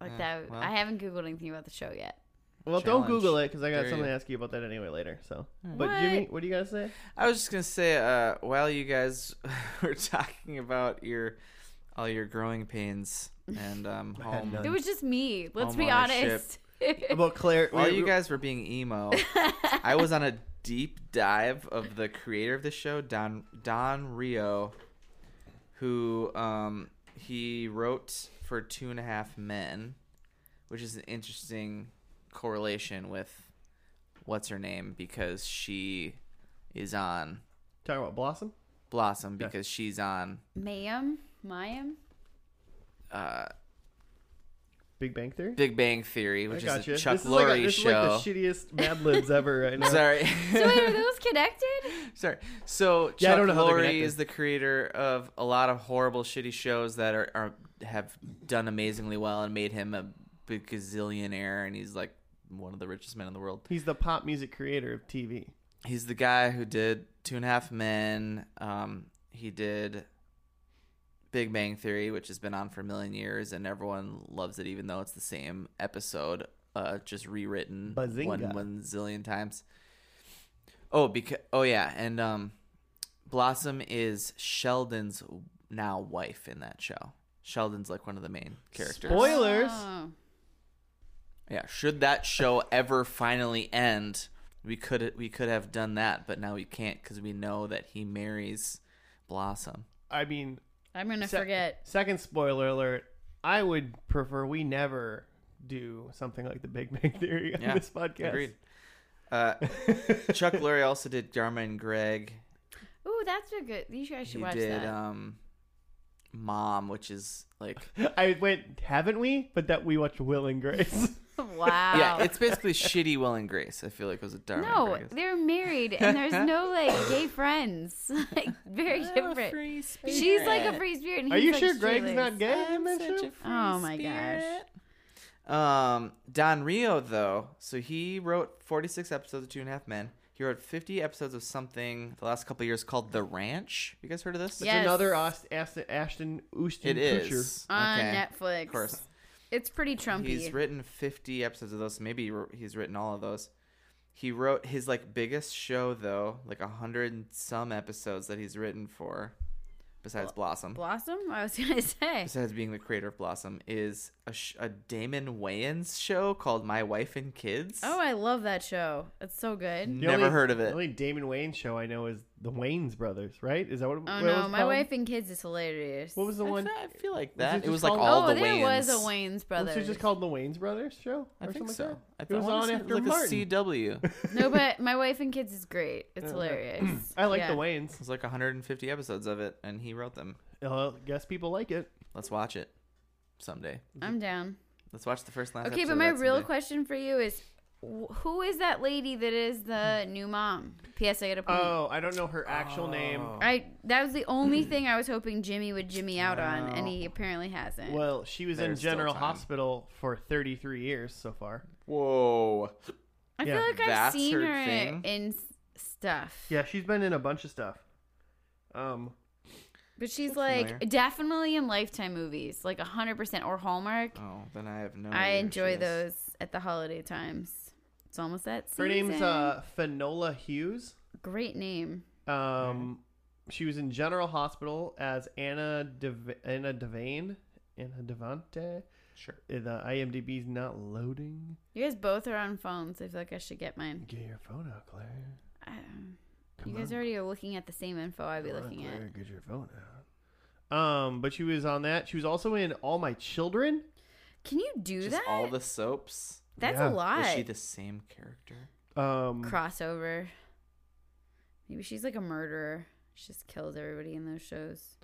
Speaker 3: Like
Speaker 2: Yeah,
Speaker 3: that,
Speaker 2: well.
Speaker 3: I haven't Googled anything about the show yet.
Speaker 1: well, don't
Speaker 2: Challenge.
Speaker 1: Google it because I got
Speaker 2: There you
Speaker 1: something
Speaker 2: go. Mm.
Speaker 1: to ask you about that anyway later. So, but
Speaker 3: What?
Speaker 1: Jimmy, what do you gotta say?
Speaker 2: I was just gonna say, uh, while you guys were talking about your all your growing pains and um,
Speaker 1: I had
Speaker 2: home,
Speaker 1: none.
Speaker 3: It was just me. Let's be honest.
Speaker 2: Homeownership.
Speaker 1: About Claire?
Speaker 2: while
Speaker 1: wait,
Speaker 2: you
Speaker 1: wait,
Speaker 2: guys were being emo, I was on a deep dive of the creator of the show, Don Don Rio, who um, he wrote for Two and a Half Men, which is an interesting correlation with what's her name because she is on
Speaker 1: talking about Blossom.
Speaker 2: Blossom
Speaker 1: Yeah.
Speaker 2: because she's on
Speaker 3: Mayim, Mayim.
Speaker 2: uh,
Speaker 1: Big Bang Theory.
Speaker 2: Big Bang Theory, which
Speaker 1: I got
Speaker 2: is a
Speaker 1: you.
Speaker 2: Chuck
Speaker 1: this is like a-
Speaker 2: Lorre
Speaker 1: this is
Speaker 2: show.
Speaker 1: like the shittiest Mad Libs ever right now.
Speaker 2: Sorry.
Speaker 3: So wait, are those connected?
Speaker 2: Sorry. So Chuck
Speaker 1: Yeah, I don't know how they're
Speaker 2: Lorre
Speaker 1: connected.
Speaker 2: is the creator of a lot of horrible, shitty shows that are, are have done amazingly well and made him a big gazillionaire, and he's like one of the richest men in the world.
Speaker 1: He's the pop music creator of TV.
Speaker 2: He's the guy who did Two and a Half Men. Um, he did Big Bang Theory, which has been on for a million years, and everyone loves it, even though it's the same episode, uh, just rewritten one
Speaker 1: Bazinga.
Speaker 2: one zillion times. Oh, because oh yeah, and um, Blossom is Sheldon's now wife in that show. Sheldon's like one of the main characters.
Speaker 1: Spoilers.
Speaker 3: Oh.
Speaker 2: Yeah, should that show ever finally end, we could we could have done that, but now we can't because we know that he marries Blossom.
Speaker 1: I mean,
Speaker 3: I'm gonna
Speaker 1: se-
Speaker 3: forget.
Speaker 1: Second spoiler alert. I would prefer we never do something like the Big Bang Theory on
Speaker 2: Yeah,
Speaker 1: this podcast.
Speaker 2: Agreed. Uh, Chuck Lorre also did Dharma and Greg.
Speaker 3: Ooh, that's a good. You guys should
Speaker 2: he
Speaker 3: watch
Speaker 2: did
Speaker 3: that.
Speaker 2: um, Mom, which is like
Speaker 1: I went, haven't we? But that we watched Will and Grace.
Speaker 3: wow.
Speaker 2: yeah, it's basically shitty Will and Grace. I feel like was a Dharma.
Speaker 3: no,
Speaker 2: and Greg.
Speaker 3: they're married and there's no like gay friends. Like very different. She's like a free spirit. And
Speaker 1: Are
Speaker 3: he's,
Speaker 1: you
Speaker 3: like,
Speaker 1: sure Greg's
Speaker 3: straight
Speaker 1: not
Speaker 3: laced.
Speaker 1: gay in that show?
Speaker 3: Oh my gosh.
Speaker 2: gosh. Um, Don Rio though, so he wrote 46 episodes of Two and a Half Men. He wrote 50 episodes of something the last couple of years called The Ranch. You guys heard of this?
Speaker 3: Yes.
Speaker 1: It's another Ast- Ast- Ashton Austin
Speaker 2: It is.
Speaker 1: Kutcher.
Speaker 3: On
Speaker 2: okay.
Speaker 3: Netflix.
Speaker 2: Of course.
Speaker 3: It's pretty Trumpy.
Speaker 2: He's written 50 episodes of those. Maybe he wrote- he's written all of those. He wrote his like biggest show though, like a hundred and some episodes that he's written for, besides Blossom.
Speaker 3: Blossom? I was gonna say.
Speaker 2: besides being the creator of Blossom, is a, sh- a Damon Wayans show called My Wife and Kids.
Speaker 3: Oh, I love that show. It's so good.
Speaker 1: The
Speaker 2: Never
Speaker 1: only-
Speaker 2: heard of it.
Speaker 1: The only Damon Wayne show I know is the Wayne's Brothers, right? Is that what?
Speaker 3: Oh
Speaker 1: what it
Speaker 3: no,
Speaker 1: was
Speaker 3: my
Speaker 1: called?
Speaker 3: wife and kids is hilarious.
Speaker 1: What was the
Speaker 2: I
Speaker 1: one?
Speaker 2: fe- I feel like
Speaker 1: it
Speaker 2: that. It
Speaker 1: just
Speaker 2: was like
Speaker 1: called-
Speaker 2: all
Speaker 3: oh,
Speaker 2: the
Speaker 3: there
Speaker 2: Wayans.
Speaker 3: was a Wayne's brother.
Speaker 1: Was it just called the Wayne's Brothers show?
Speaker 2: I
Speaker 1: or
Speaker 2: think
Speaker 1: something
Speaker 2: so.
Speaker 1: Like
Speaker 2: I
Speaker 1: that? It was
Speaker 2: I wanna
Speaker 1: on
Speaker 2: say
Speaker 1: after
Speaker 2: like
Speaker 1: Martin.
Speaker 2: a CW. It
Speaker 3: no, but my wife and kids is great. It's hilarious.
Speaker 1: that. I like
Speaker 3: Yeah.
Speaker 1: the Waynes.
Speaker 2: was like 150 episodes of it, and he wrote them.
Speaker 1: Uh, guess people like it.
Speaker 2: Let's watch it someday.
Speaker 3: I'm down.
Speaker 2: Let's watch the first last.
Speaker 3: Okay,
Speaker 2: episode
Speaker 3: but
Speaker 2: of
Speaker 3: my
Speaker 2: that
Speaker 3: real
Speaker 2: someday.
Speaker 3: question for you is, wh- who is that lady that is the new mom? P.S. I got a point.
Speaker 1: Oh, I don't know her actual name.
Speaker 3: I that was the only thing I was hoping Jimmy would Jimmy out on, and
Speaker 1: Oh.
Speaker 3: he apparently hasn't.
Speaker 1: Well, she was
Speaker 2: There's
Speaker 1: in
Speaker 2: still
Speaker 1: General
Speaker 2: time.
Speaker 1: Hospital for 33 years so far.
Speaker 2: Whoa.
Speaker 3: I feel
Speaker 1: yeah,
Speaker 3: like I've
Speaker 2: that's
Speaker 3: seen
Speaker 2: her
Speaker 3: her,
Speaker 2: thing.
Speaker 3: in s- stuff.
Speaker 1: Yeah, she's been in a bunch of stuff. Um,
Speaker 3: But she's
Speaker 2: Looks
Speaker 3: like
Speaker 2: familiar.
Speaker 3: definitely in Lifetime movies, like hundred percent or Hallmark.
Speaker 2: Oh, then I have no.
Speaker 3: I
Speaker 2: idea who she
Speaker 3: enjoy
Speaker 2: is.
Speaker 3: those at the holiday times. It's almost that season.
Speaker 1: her name's uh, Finola Hughes.
Speaker 3: great name.
Speaker 1: Um, she was in General Hospital as Anna Dev- Anna Devane. Anna Devante.
Speaker 2: Sure.
Speaker 1: Uh, The IMDb's not loading.
Speaker 3: You guys both are on phones. I feel like I should get mine.
Speaker 1: Get your phone out, Claire.
Speaker 3: I don't-
Speaker 1: Come
Speaker 3: You guys
Speaker 2: Uh-huh.
Speaker 1: on.
Speaker 3: already are looking at the same info I'd be
Speaker 1: Come on,
Speaker 3: looking at.
Speaker 1: Claire, Get your phone out. Um, but she was on that. She was also in All My Children.
Speaker 3: Can you do
Speaker 2: Just
Speaker 3: that?
Speaker 2: all the soaps.
Speaker 3: That's
Speaker 1: Yeah.
Speaker 3: a
Speaker 1: Was
Speaker 3: lot.
Speaker 2: Was she the same character?
Speaker 1: Um,
Speaker 3: crossover. Maybe she's like a murderer. She just kills everybody in those shows.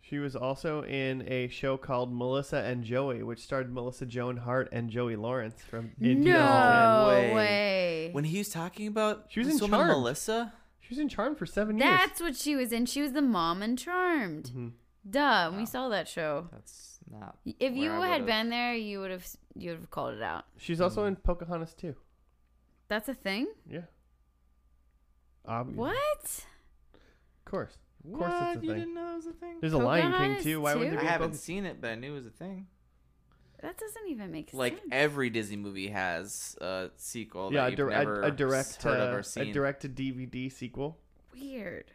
Speaker 1: She was also in a show called Melissa and Joey, which starred Melissa Joan Hart and Joey Lawrence from in 2010.
Speaker 3: no
Speaker 2: way.
Speaker 3: way.
Speaker 2: When he was talking about
Speaker 1: She was
Speaker 2: this
Speaker 1: in
Speaker 2: woman,
Speaker 1: Charmed.
Speaker 2: Melissa,
Speaker 1: She was in Charm for seven years.
Speaker 3: That's what she was in. She was the mom in Charmed.
Speaker 1: Mhm.
Speaker 3: Duh,
Speaker 2: Wow.
Speaker 3: we saw that show.
Speaker 2: that's not.
Speaker 3: If you
Speaker 2: where I
Speaker 3: had
Speaker 2: would've-
Speaker 3: been there, you would have you would have called it out.
Speaker 1: She's also in Pocahontas too.
Speaker 3: That's a thing.
Speaker 1: Yeah. Obviously.
Speaker 3: What?
Speaker 1: Of course. Of
Speaker 2: What?
Speaker 1: course it's a
Speaker 2: you
Speaker 1: thing.
Speaker 2: didn't know it was a thing?
Speaker 1: There's a Lion King
Speaker 3: Pocahontas
Speaker 1: too. Why would
Speaker 3: too?
Speaker 1: there
Speaker 2: I
Speaker 1: be a
Speaker 2: haven't
Speaker 1: Poca-
Speaker 2: seen it, but I knew it was a thing.
Speaker 3: That doesn't even make
Speaker 2: Like
Speaker 3: sense.
Speaker 2: every Disney movie has a sequel.
Speaker 1: Yeah,
Speaker 2: that
Speaker 1: a,
Speaker 2: you've
Speaker 1: dir-
Speaker 2: never
Speaker 1: a, a direct
Speaker 2: heard of
Speaker 1: uh,
Speaker 2: or seen.
Speaker 1: a direct to DVD sequel.
Speaker 3: Weird.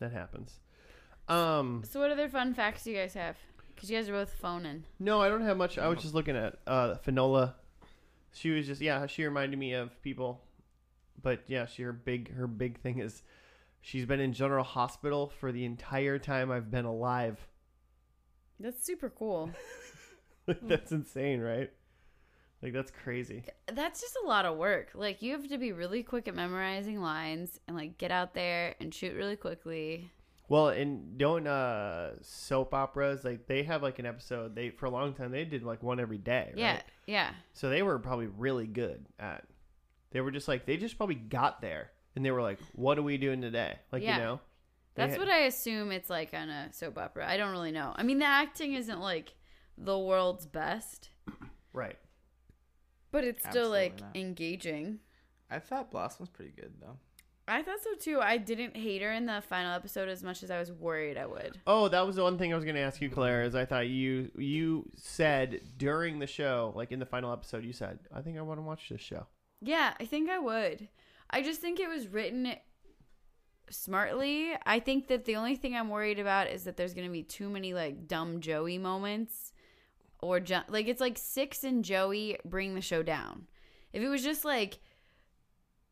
Speaker 1: That happens. Um
Speaker 3: So, what other fun facts do you guys have? Because you guys are both phoning.
Speaker 1: No, I don't have much. I was just looking at uh Finola. She was just yeah, she reminded me of people. But yeah, she her big her big thing is she's been in General Hospital for the entire time I've been alive.
Speaker 3: That's super cool. Hmm.
Speaker 1: that's insane, right? Like that's crazy.
Speaker 3: That's just a lot of work. Like you have to be really quick at memorizing lines and like get out there and shoot really quickly.
Speaker 1: Well, and don't uh soap operas like they have like an episode they for a long time they did like one every day, right?
Speaker 3: Yeah, yeah.
Speaker 1: So they were probably really good at. They were just like they just probably got there and they were like, "What are we doing today?" Like
Speaker 3: Yeah.
Speaker 1: you know, They
Speaker 3: That's
Speaker 1: had-
Speaker 3: what I assume it's like on a soap opera. I don't really know. I mean, the acting isn't like the world's best,
Speaker 1: right?
Speaker 3: but it's still
Speaker 2: Absolutely
Speaker 3: like
Speaker 2: not.
Speaker 3: engaging.
Speaker 2: I thought Blossom was pretty good though.
Speaker 3: I thought so too. I didn't hate her in the final episode as much as I was worried I would.
Speaker 1: Oh, that was the one thing I was going to ask you, Claire. Is I thought you you said during the show, like in the final episode, you said, "I think I want to watch this show."
Speaker 3: Yeah, I think I would. I just think it was written smartly. I think that the only thing I'm worried about is that there's going to be too many like dumb Joey moments or ju- like it's like Six and Joey bring the show down. If it was just like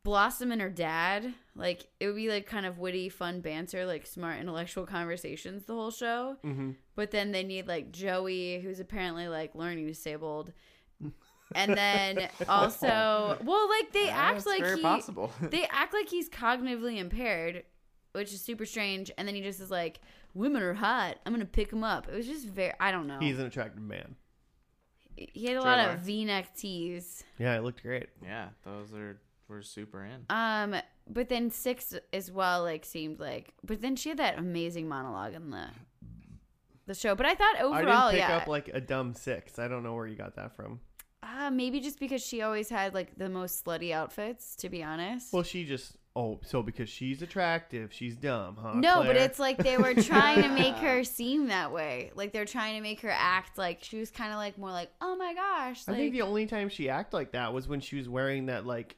Speaker 3: Blossom and her dad, like it would be like kind of witty, fun banter, like smart intellectual conversations the whole show.
Speaker 1: Mm-hmm.
Speaker 3: But then they need like Joey, who's apparently like learning disabled. And then also, well, like they
Speaker 2: Yeah,
Speaker 3: act
Speaker 2: it's
Speaker 3: like
Speaker 2: Oh. very
Speaker 3: he,
Speaker 2: possible.
Speaker 3: they act like he's cognitively impaired, which is super strange. And then he just is like, "Women are hot. I'm gonna pick him up." It was just very, I don't know.
Speaker 1: He's an attractive man.
Speaker 3: he had a lot
Speaker 2: Draymar.
Speaker 3: of V-neck tees.
Speaker 1: Yeah, it looked great.
Speaker 2: yeah, those are were super in.
Speaker 3: Um, but then six as well, like seemed like. But then she had that amazing monologue in the the show. But I thought overall,
Speaker 1: I didn't pick
Speaker 3: yeah,
Speaker 1: up like a dumb six. I don't know where you got that from.
Speaker 3: uh, maybe just because she always had like the most slutty outfits. To be honest,
Speaker 1: Well, she just oh, so because she's attractive, she's dumb, huh?
Speaker 3: No, but
Speaker 1: Claire?
Speaker 3: it's like they were trying to make her seem that way. Like they're trying to make her act like she was kind of like more like, oh my gosh.
Speaker 1: I
Speaker 3: Like,
Speaker 1: think the only time she acted like that was when she was wearing that like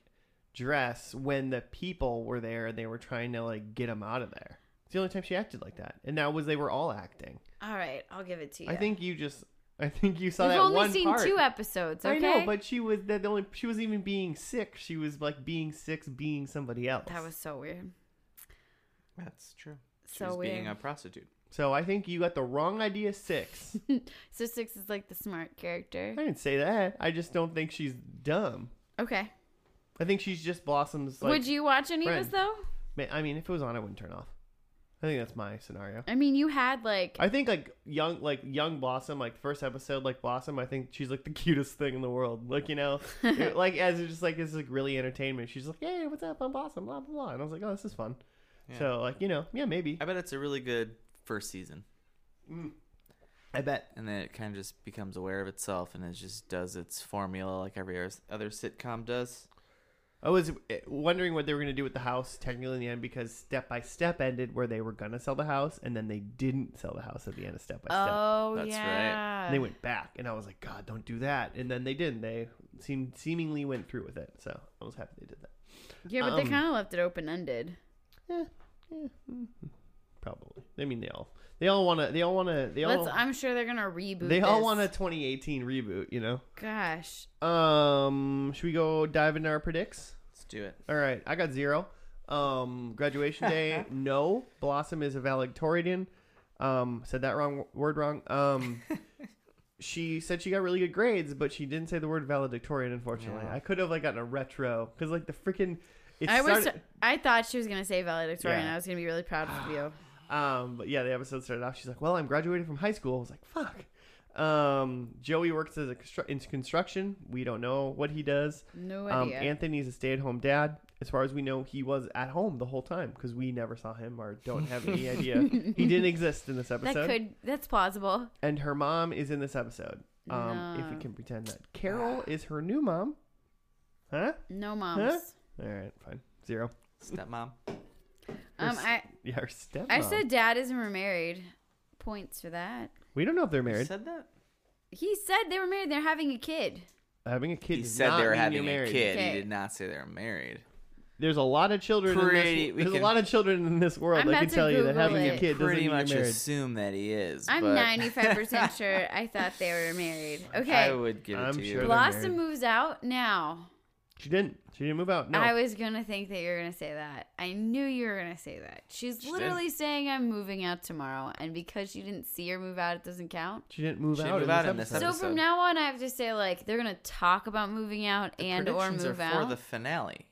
Speaker 1: dress when the people were there and they were trying to like get them out of there. It's the only time she acted like that, and that was they were all acting.
Speaker 3: all right, I'll give it to you.
Speaker 1: I think you just, I think you saw
Speaker 3: we've
Speaker 1: that
Speaker 3: only
Speaker 1: one
Speaker 3: seen
Speaker 1: part.
Speaker 3: two episodes. Okay,
Speaker 1: I know, but she was that the only. She was even being sick. She was like being six, being somebody else.
Speaker 3: that was so weird.
Speaker 2: That's true. She
Speaker 3: So
Speaker 2: was
Speaker 3: weird.
Speaker 2: being a prostitute.
Speaker 1: so. I think you got the wrong idea. Six.
Speaker 3: so six is like the smart character.
Speaker 1: I didn't say that. I just don't think she's dumb.
Speaker 3: Okay.
Speaker 1: I think she's just blossoms. Like,
Speaker 3: Would you watch any of
Speaker 1: friend.
Speaker 3: this though?
Speaker 1: Ma- I mean, if it was on, I wouldn't turn off. I think that's my scenario.
Speaker 3: I mean, you had like
Speaker 1: I think like young like young Blossom like first episode like Blossom I think she's like the cutest thing in the world like you know it- like as it's just like this is like really entertainment she's like hey what's up I'm Blossom blah blah blah and I was like oh this is fun
Speaker 2: Yeah.
Speaker 1: so like you know yeah maybe
Speaker 2: I bet it's a really good first season,
Speaker 1: I bet
Speaker 2: and then it kind of just becomes aware of itself, and it just does its formula like every oth- other sitcom does.
Speaker 1: I was eh, wondering what they were gonna do with the house technically in the end because Step by Step ended where they were gonna sell the house and then they didn't sell the house at the end of Step by Step
Speaker 3: oh
Speaker 2: That's right.
Speaker 3: yeah.
Speaker 1: And they went back and I was like God don't do that and then they didn't they seem seemingly went through with it so I was happy they did that.
Speaker 3: Yeah, but they
Speaker 1: um,
Speaker 3: kind of left it open ended.
Speaker 1: Eh, hmm, Probably. I mean, they all they all want to they all want to they all
Speaker 3: Let's. I'm sure they're gonna reboot.
Speaker 1: they all
Speaker 3: this.
Speaker 1: want a 2018 reboot. You
Speaker 3: Gosh,
Speaker 1: know. Um, should we go dive into our predicts?
Speaker 2: Let's do it.
Speaker 1: All right, I got zero. Um, graduation day, no. Blossom is a valedictorian. Um, said that wrong word wrong. Um, she said she got really good grades, but she didn't say the word valedictorian. Unfortunately,
Speaker 2: Yeah.
Speaker 1: I could have like gotten a retro because like the freaking. It
Speaker 3: I was.
Speaker 1: started-
Speaker 3: I thought she was gonna say valedictorian.
Speaker 1: Yeah.
Speaker 3: I was gonna be really proud of you.
Speaker 1: Um, but yeah, the episode started off. She's like, "Well, I'm graduating from high school." I was like, "Fuck." Um, Joey works as a constru- in construction. We don't know what he does.
Speaker 3: No
Speaker 1: Um,
Speaker 3: idea.
Speaker 1: Anthony's a stay-at-home dad. As far as we know, he was at home the whole time because we never saw him or don't have any idea he didn't exist in this
Speaker 3: that
Speaker 1: episode.
Speaker 3: could that's plausible.
Speaker 1: And her mom is in this episode. Um, if we
Speaker 3: No.
Speaker 1: can pretend that Carol is her new mom, huh?
Speaker 3: No moms.
Speaker 1: All right, fine, zero.
Speaker 2: Stepmom.
Speaker 1: Her
Speaker 3: Um,
Speaker 1: s-
Speaker 3: I
Speaker 1: yeah, her stepmom.
Speaker 3: I said dad isn't remarried. Points for that.
Speaker 1: we don't know if they're
Speaker 2: You
Speaker 1: married.
Speaker 2: said that?
Speaker 3: He said they were married. They're having a kid.
Speaker 1: Having a kid.
Speaker 2: He
Speaker 1: does
Speaker 2: said
Speaker 1: not
Speaker 2: they were
Speaker 1: mean
Speaker 2: having
Speaker 1: you're married.
Speaker 2: a kid.
Speaker 3: Okay.
Speaker 2: He did not say they were married.
Speaker 1: There's a lot of children.
Speaker 2: Pretty-
Speaker 1: in
Speaker 2: we
Speaker 1: this, there's
Speaker 2: can-
Speaker 1: a lot of children in this world.
Speaker 3: I'm
Speaker 1: I
Speaker 3: about
Speaker 1: can
Speaker 3: to
Speaker 1: tell you that
Speaker 3: Google
Speaker 1: having a
Speaker 3: it.
Speaker 1: kid doesn't
Speaker 2: Pretty
Speaker 1: mean you're
Speaker 2: much
Speaker 1: married.
Speaker 2: assume that he is.
Speaker 3: I'm
Speaker 2: but
Speaker 3: 95% sure I thought they were married.
Speaker 2: I
Speaker 3: Okay.
Speaker 2: would give it
Speaker 1: I'm
Speaker 2: to
Speaker 1: sure
Speaker 2: you.
Speaker 1: that-
Speaker 3: Blossom
Speaker 1: married.
Speaker 3: moves out now.
Speaker 1: She didn't. She didn't move out. No.
Speaker 3: I was going to think that you were going to say that. I knew you were going to say that. She's
Speaker 2: She
Speaker 3: literally saying, I'm moving out tomorrow. And because you didn't see her move out, it doesn't count.
Speaker 1: she didn't move
Speaker 2: She
Speaker 1: out.
Speaker 2: didn't move out in this
Speaker 1: episode.
Speaker 3: So
Speaker 2: episode.
Speaker 3: from now on, I have to say, like, they're going to talk about moving out and or
Speaker 2: Predictions
Speaker 3: move
Speaker 2: are
Speaker 3: out.
Speaker 2: for the finale,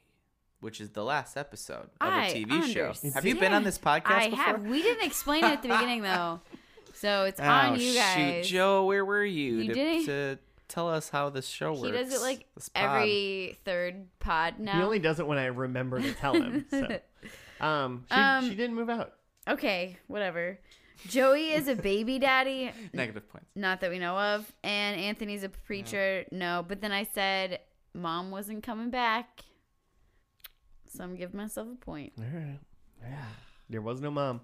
Speaker 2: which is the last episode of
Speaker 3: I
Speaker 2: a TV show.
Speaker 3: understand.
Speaker 2: Have you been on this podcast
Speaker 3: I
Speaker 2: before?
Speaker 3: have. We didn't explain it at the beginning, though. So it's
Speaker 2: Oh,
Speaker 3: on you guys.
Speaker 2: shoot, Joe, where were you,
Speaker 3: You
Speaker 2: to,
Speaker 3: didn't-
Speaker 2: to tell us how this show
Speaker 3: he
Speaker 2: works?
Speaker 3: does it like
Speaker 2: This pod.
Speaker 3: every third pod now.
Speaker 1: He only does it when I remember to tell him. So. Um, she,
Speaker 3: Um,
Speaker 1: she didn't move out.
Speaker 3: Okay, whatever. Joey is a baby daddy,
Speaker 2: negative points.
Speaker 3: not that we know of, and Anthony's a preacher. No, but then I said mom wasn't coming back, so I'm giving myself a point.
Speaker 1: All right. Yeah. There was no mom,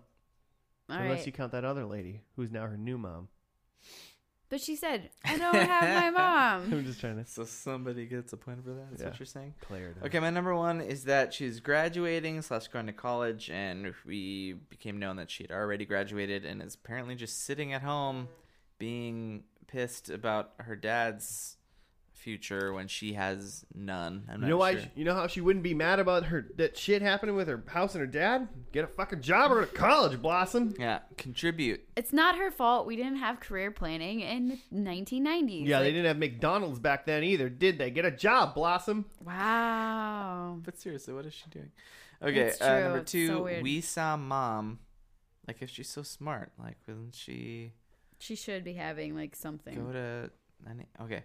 Speaker 3: All right,
Speaker 1: unless you count that other lady who's now her new mom.
Speaker 3: but she said I don't have my mom.
Speaker 1: I'm just trying to
Speaker 2: So somebody gets a point for that. That's
Speaker 1: Yeah.
Speaker 2: what you're saying.
Speaker 1: clear it. up.
Speaker 2: Okay, my number one is that she's graduating slash going to college, and we became known that she had already graduated and is apparently just sitting at home, being pissed about her dad's future when she has none. I'm
Speaker 1: You
Speaker 2: not
Speaker 1: know why?
Speaker 2: sure.
Speaker 1: You know how she wouldn't be mad about her that shit happening with her house and her dad. Get a fucking job or go to college, Blossom.
Speaker 2: yeah, contribute.
Speaker 3: It's not her fault. We didn't have career planning in the 1990s.
Speaker 1: Yeah, they
Speaker 3: Like,
Speaker 1: didn't have McDonald's back then either, did they? Get a job, Blossom.
Speaker 3: Wow.
Speaker 2: But seriously, what is she doing? Okay,
Speaker 3: That's
Speaker 2: uh,
Speaker 3: true,
Speaker 2: number
Speaker 3: it's so
Speaker 2: two,
Speaker 3: weird.
Speaker 2: we saw mom. Like, if she's so smart, like, wouldn't she
Speaker 3: She should be having like something.
Speaker 2: go to? Any, okay,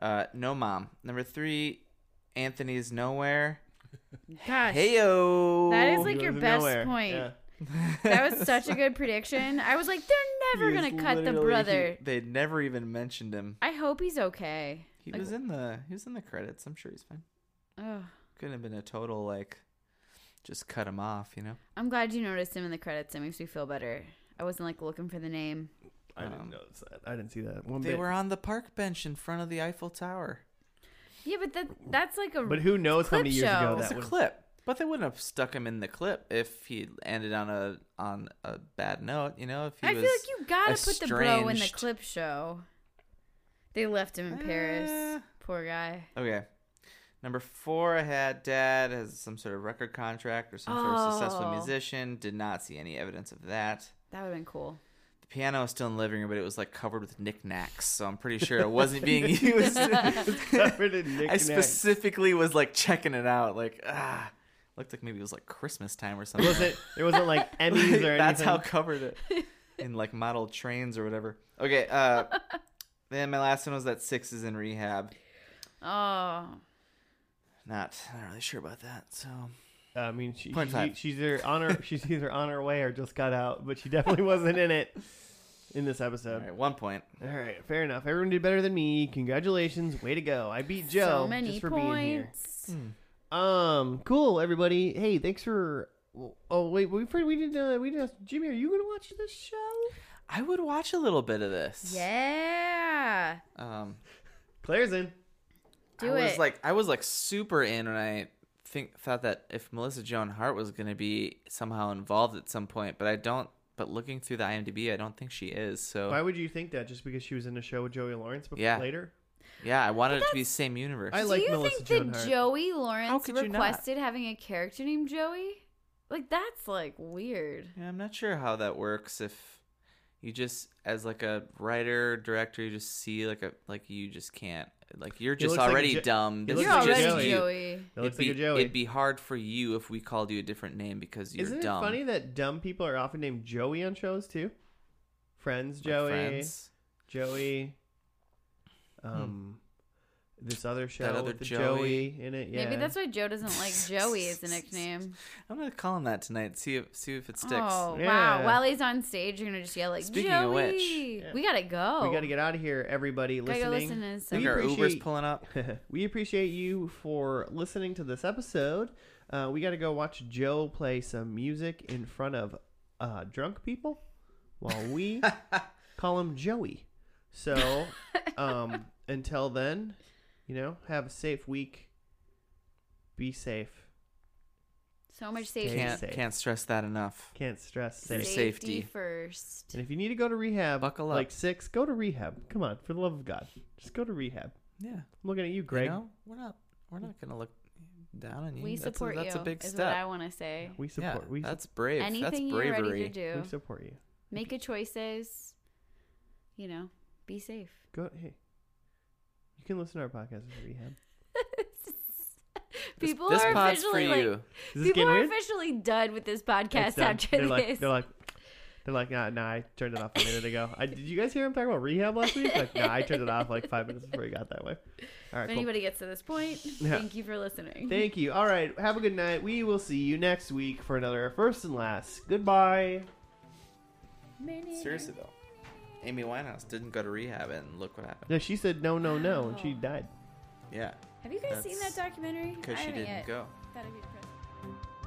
Speaker 2: uh, no mom. Number three, Anthony's nowhere.
Speaker 3: Gosh.
Speaker 2: Heyo.
Speaker 3: That is
Speaker 1: He
Speaker 3: like your
Speaker 1: goes to
Speaker 3: best
Speaker 1: nowhere.
Speaker 3: point.
Speaker 1: Yeah.
Speaker 3: That was such a good prediction. I was like, they're never
Speaker 2: He
Speaker 3: gonna
Speaker 2: was
Speaker 3: cut the
Speaker 2: literally-
Speaker 3: brother.
Speaker 2: he- they never even mentioned him.
Speaker 3: I hope he's okay.
Speaker 2: He
Speaker 3: Like-
Speaker 2: was in the he was in the credits. I'm sure he's fine.
Speaker 3: Ugh.
Speaker 2: Couldn't have been a total like, just cut him off. You know.
Speaker 3: I'm glad you noticed him in the credits. It makes me feel better. I wasn't like looking for the name.
Speaker 1: I didn't
Speaker 2: Um,
Speaker 1: notice that. I didn't see that one
Speaker 2: They
Speaker 1: bit.
Speaker 2: were on the park bench in front of the Eiffel Tower.
Speaker 3: Yeah, but that that's like a.
Speaker 1: but who knows how
Speaker 3: clip
Speaker 1: many years
Speaker 3: show.
Speaker 1: ago
Speaker 2: It's
Speaker 1: that
Speaker 2: a
Speaker 1: was?
Speaker 2: clip, but they wouldn't have stuck him in the clip if he ended on a on a bad note. You know, if he
Speaker 3: I
Speaker 2: was
Speaker 3: feel like you gotta put the bro in the
Speaker 2: estranged.
Speaker 3: clip show. They left him in Paris.
Speaker 2: Uh.
Speaker 3: Poor guy.
Speaker 2: Okay. Number four, I had dad has some sort of record contract or some sort of successful
Speaker 3: Oh.
Speaker 2: musician. Did not see any evidence of that.
Speaker 3: That would have been cool.
Speaker 2: The piano is still in the living room, but it was like covered with knickknacks, so I'm pretty sure it wasn't being used.
Speaker 1: Covered in
Speaker 2: I
Speaker 1: knickknacks.
Speaker 2: specifically was like checking it out, like ah, looked like maybe it was like Christmas time or something.
Speaker 1: Was it? There wasn't like Emmys or anything.
Speaker 2: That's how covered it in like model trains or whatever. Okay, uh, then my last one was that six is in rehab.
Speaker 3: Oh,
Speaker 2: Not, not really sure about that. So
Speaker 1: Uh, I mean, she,
Speaker 2: Point
Speaker 1: she-
Speaker 2: five.
Speaker 1: she's either on her she's either on her way or just got out, but she definitely wasn't in it in this
Speaker 2: all
Speaker 1: episode.
Speaker 2: right, one point.
Speaker 1: All right, fair enough. Everyone did better than me. Congratulations, way to go! I beat Joe
Speaker 3: so many
Speaker 1: just for being here.
Speaker 3: points.
Speaker 2: Hmm.
Speaker 1: Um, cool, everybody. Hey, thanks for. Oh wait, we we did uh, we did ask Jimmy. Are you gonna watch this show?
Speaker 2: I would watch a little bit of this.
Speaker 3: Yeah,
Speaker 2: Um,
Speaker 1: Claire's in.
Speaker 3: do
Speaker 2: I
Speaker 3: it.
Speaker 2: was like I was like super in when I think thought that if Melissa Joan Hart was going to be somehow involved at some point, but I don't. But looking through the IMDb, I don't think she is. So
Speaker 1: Why would you think that? Just because she was in a show with Joey Lawrence before
Speaker 2: Yeah.
Speaker 1: later?
Speaker 2: yeah, I wanted it to be same universe.
Speaker 1: I
Speaker 3: Do
Speaker 1: like
Speaker 3: you
Speaker 1: Melissa
Speaker 3: think
Speaker 1: Joan
Speaker 3: that
Speaker 1: Hart.
Speaker 3: Joey Lawrence
Speaker 2: could you not?
Speaker 3: requested having a character named Joey? Like that's like weird.
Speaker 2: yeah, I'm not sure how that works if you just as like a writer director you just see like a like you just can't like you're just
Speaker 1: looks like a
Speaker 2: already
Speaker 1: jo-
Speaker 2: dumb.
Speaker 1: he
Speaker 2: This
Speaker 1: looks
Speaker 3: You're
Speaker 1: like
Speaker 2: is
Speaker 1: a Joey.
Speaker 2: just
Speaker 3: already
Speaker 2: you.
Speaker 3: Joey.
Speaker 1: It looks like a
Speaker 2: it'd be,
Speaker 1: Joey.
Speaker 2: It'd be hard for you if we called you a different name because you're
Speaker 1: Isn't
Speaker 2: dumb.
Speaker 1: it funny that dumb people are often named Joey on shows too? Friends,
Speaker 2: My
Speaker 1: Joey,
Speaker 2: friends. Hmm.
Speaker 1: Joey. Um, this other show
Speaker 2: other
Speaker 1: with the
Speaker 2: Joey.
Speaker 1: Joey. in it. Yeah,
Speaker 3: Maybe that's why Joe doesn't like Joey as a nickname.
Speaker 2: I'm gonna call him that tonight. See if see if it sticks.
Speaker 3: Oh
Speaker 1: Yeah.
Speaker 3: wow! While he's on stage, you're gonna just yell like
Speaker 2: Speaking
Speaker 3: Joey.
Speaker 2: of which-
Speaker 1: Yeah.
Speaker 3: We gotta go.
Speaker 1: we got to get out of here, everybody
Speaker 3: Oh. Gotta
Speaker 1: listening.
Speaker 3: go listen to
Speaker 2: I
Speaker 1: We
Speaker 2: think
Speaker 3: some-
Speaker 2: our Uber's
Speaker 1: appreciate-
Speaker 2: pulling up.
Speaker 1: we appreciate you for listening to this episode. Uh, we got to go watch Joe play some music in front of uh, drunk people while we call him Joey. So um, until then, you know, have a safe week. Be safe.
Speaker 3: so much
Speaker 1: Stay
Speaker 3: safety.
Speaker 2: Can't
Speaker 1: safe.
Speaker 2: can't stress that enough.
Speaker 1: Can't stress
Speaker 2: Safe.
Speaker 1: safe.
Speaker 2: Safety.
Speaker 3: first.
Speaker 1: And if you need to go to rehab,
Speaker 2: Buckle up.
Speaker 1: like six, go to rehab. Come on, for the love of God, just go to rehab.
Speaker 2: Yeah. you
Speaker 1: I'm looking at you, Greg.
Speaker 2: know, we're not we're not gonna look down on you.
Speaker 3: We
Speaker 2: that's
Speaker 3: support
Speaker 2: a, that's
Speaker 3: you.
Speaker 2: a big
Speaker 3: is
Speaker 2: step.
Speaker 3: what I want to say.
Speaker 1: We support.
Speaker 2: yeah,
Speaker 1: we,
Speaker 2: that's brave. that's
Speaker 3: Anything you're
Speaker 2: bravery.
Speaker 3: ready to do,
Speaker 1: we support you.
Speaker 3: make good choices. You know, be safe.
Speaker 1: Go hey. You can listen to our podcast in rehab.
Speaker 2: This-
Speaker 3: people
Speaker 2: this
Speaker 3: are
Speaker 2: pod's
Speaker 3: officially
Speaker 2: for
Speaker 3: like
Speaker 2: you.
Speaker 1: Is this
Speaker 3: people
Speaker 1: getting
Speaker 3: are
Speaker 1: weird?
Speaker 3: officially done with this
Speaker 1: It's
Speaker 3: podcast
Speaker 1: done.
Speaker 3: after
Speaker 1: they're
Speaker 3: this.
Speaker 1: like they're like they're like nah nah I turned it off a minute ago. I, did you guys hear him talking about rehab last week? Like nah I turned it off like five minutes before he got that way. All
Speaker 3: if
Speaker 1: right, cool.
Speaker 3: anybody gets to this point,
Speaker 1: Yeah.
Speaker 3: thank you for listening.
Speaker 1: Thank you. All right, have a good night. We will see you next week for another first and last. Goodbye.
Speaker 2: Seriously though, Amy Winehouse didn't go to rehab, and look what happened.
Speaker 1: Yeah, she said no no no and she
Speaker 3: Wow.
Speaker 1: died.
Speaker 2: Yeah,
Speaker 3: Have you guys seen that
Speaker 2: That's-
Speaker 3: documentary?
Speaker 2: because
Speaker 3: I
Speaker 2: she
Speaker 3: haven't
Speaker 2: didn't
Speaker 3: yet.
Speaker 2: go.
Speaker 3: That'd be depressing.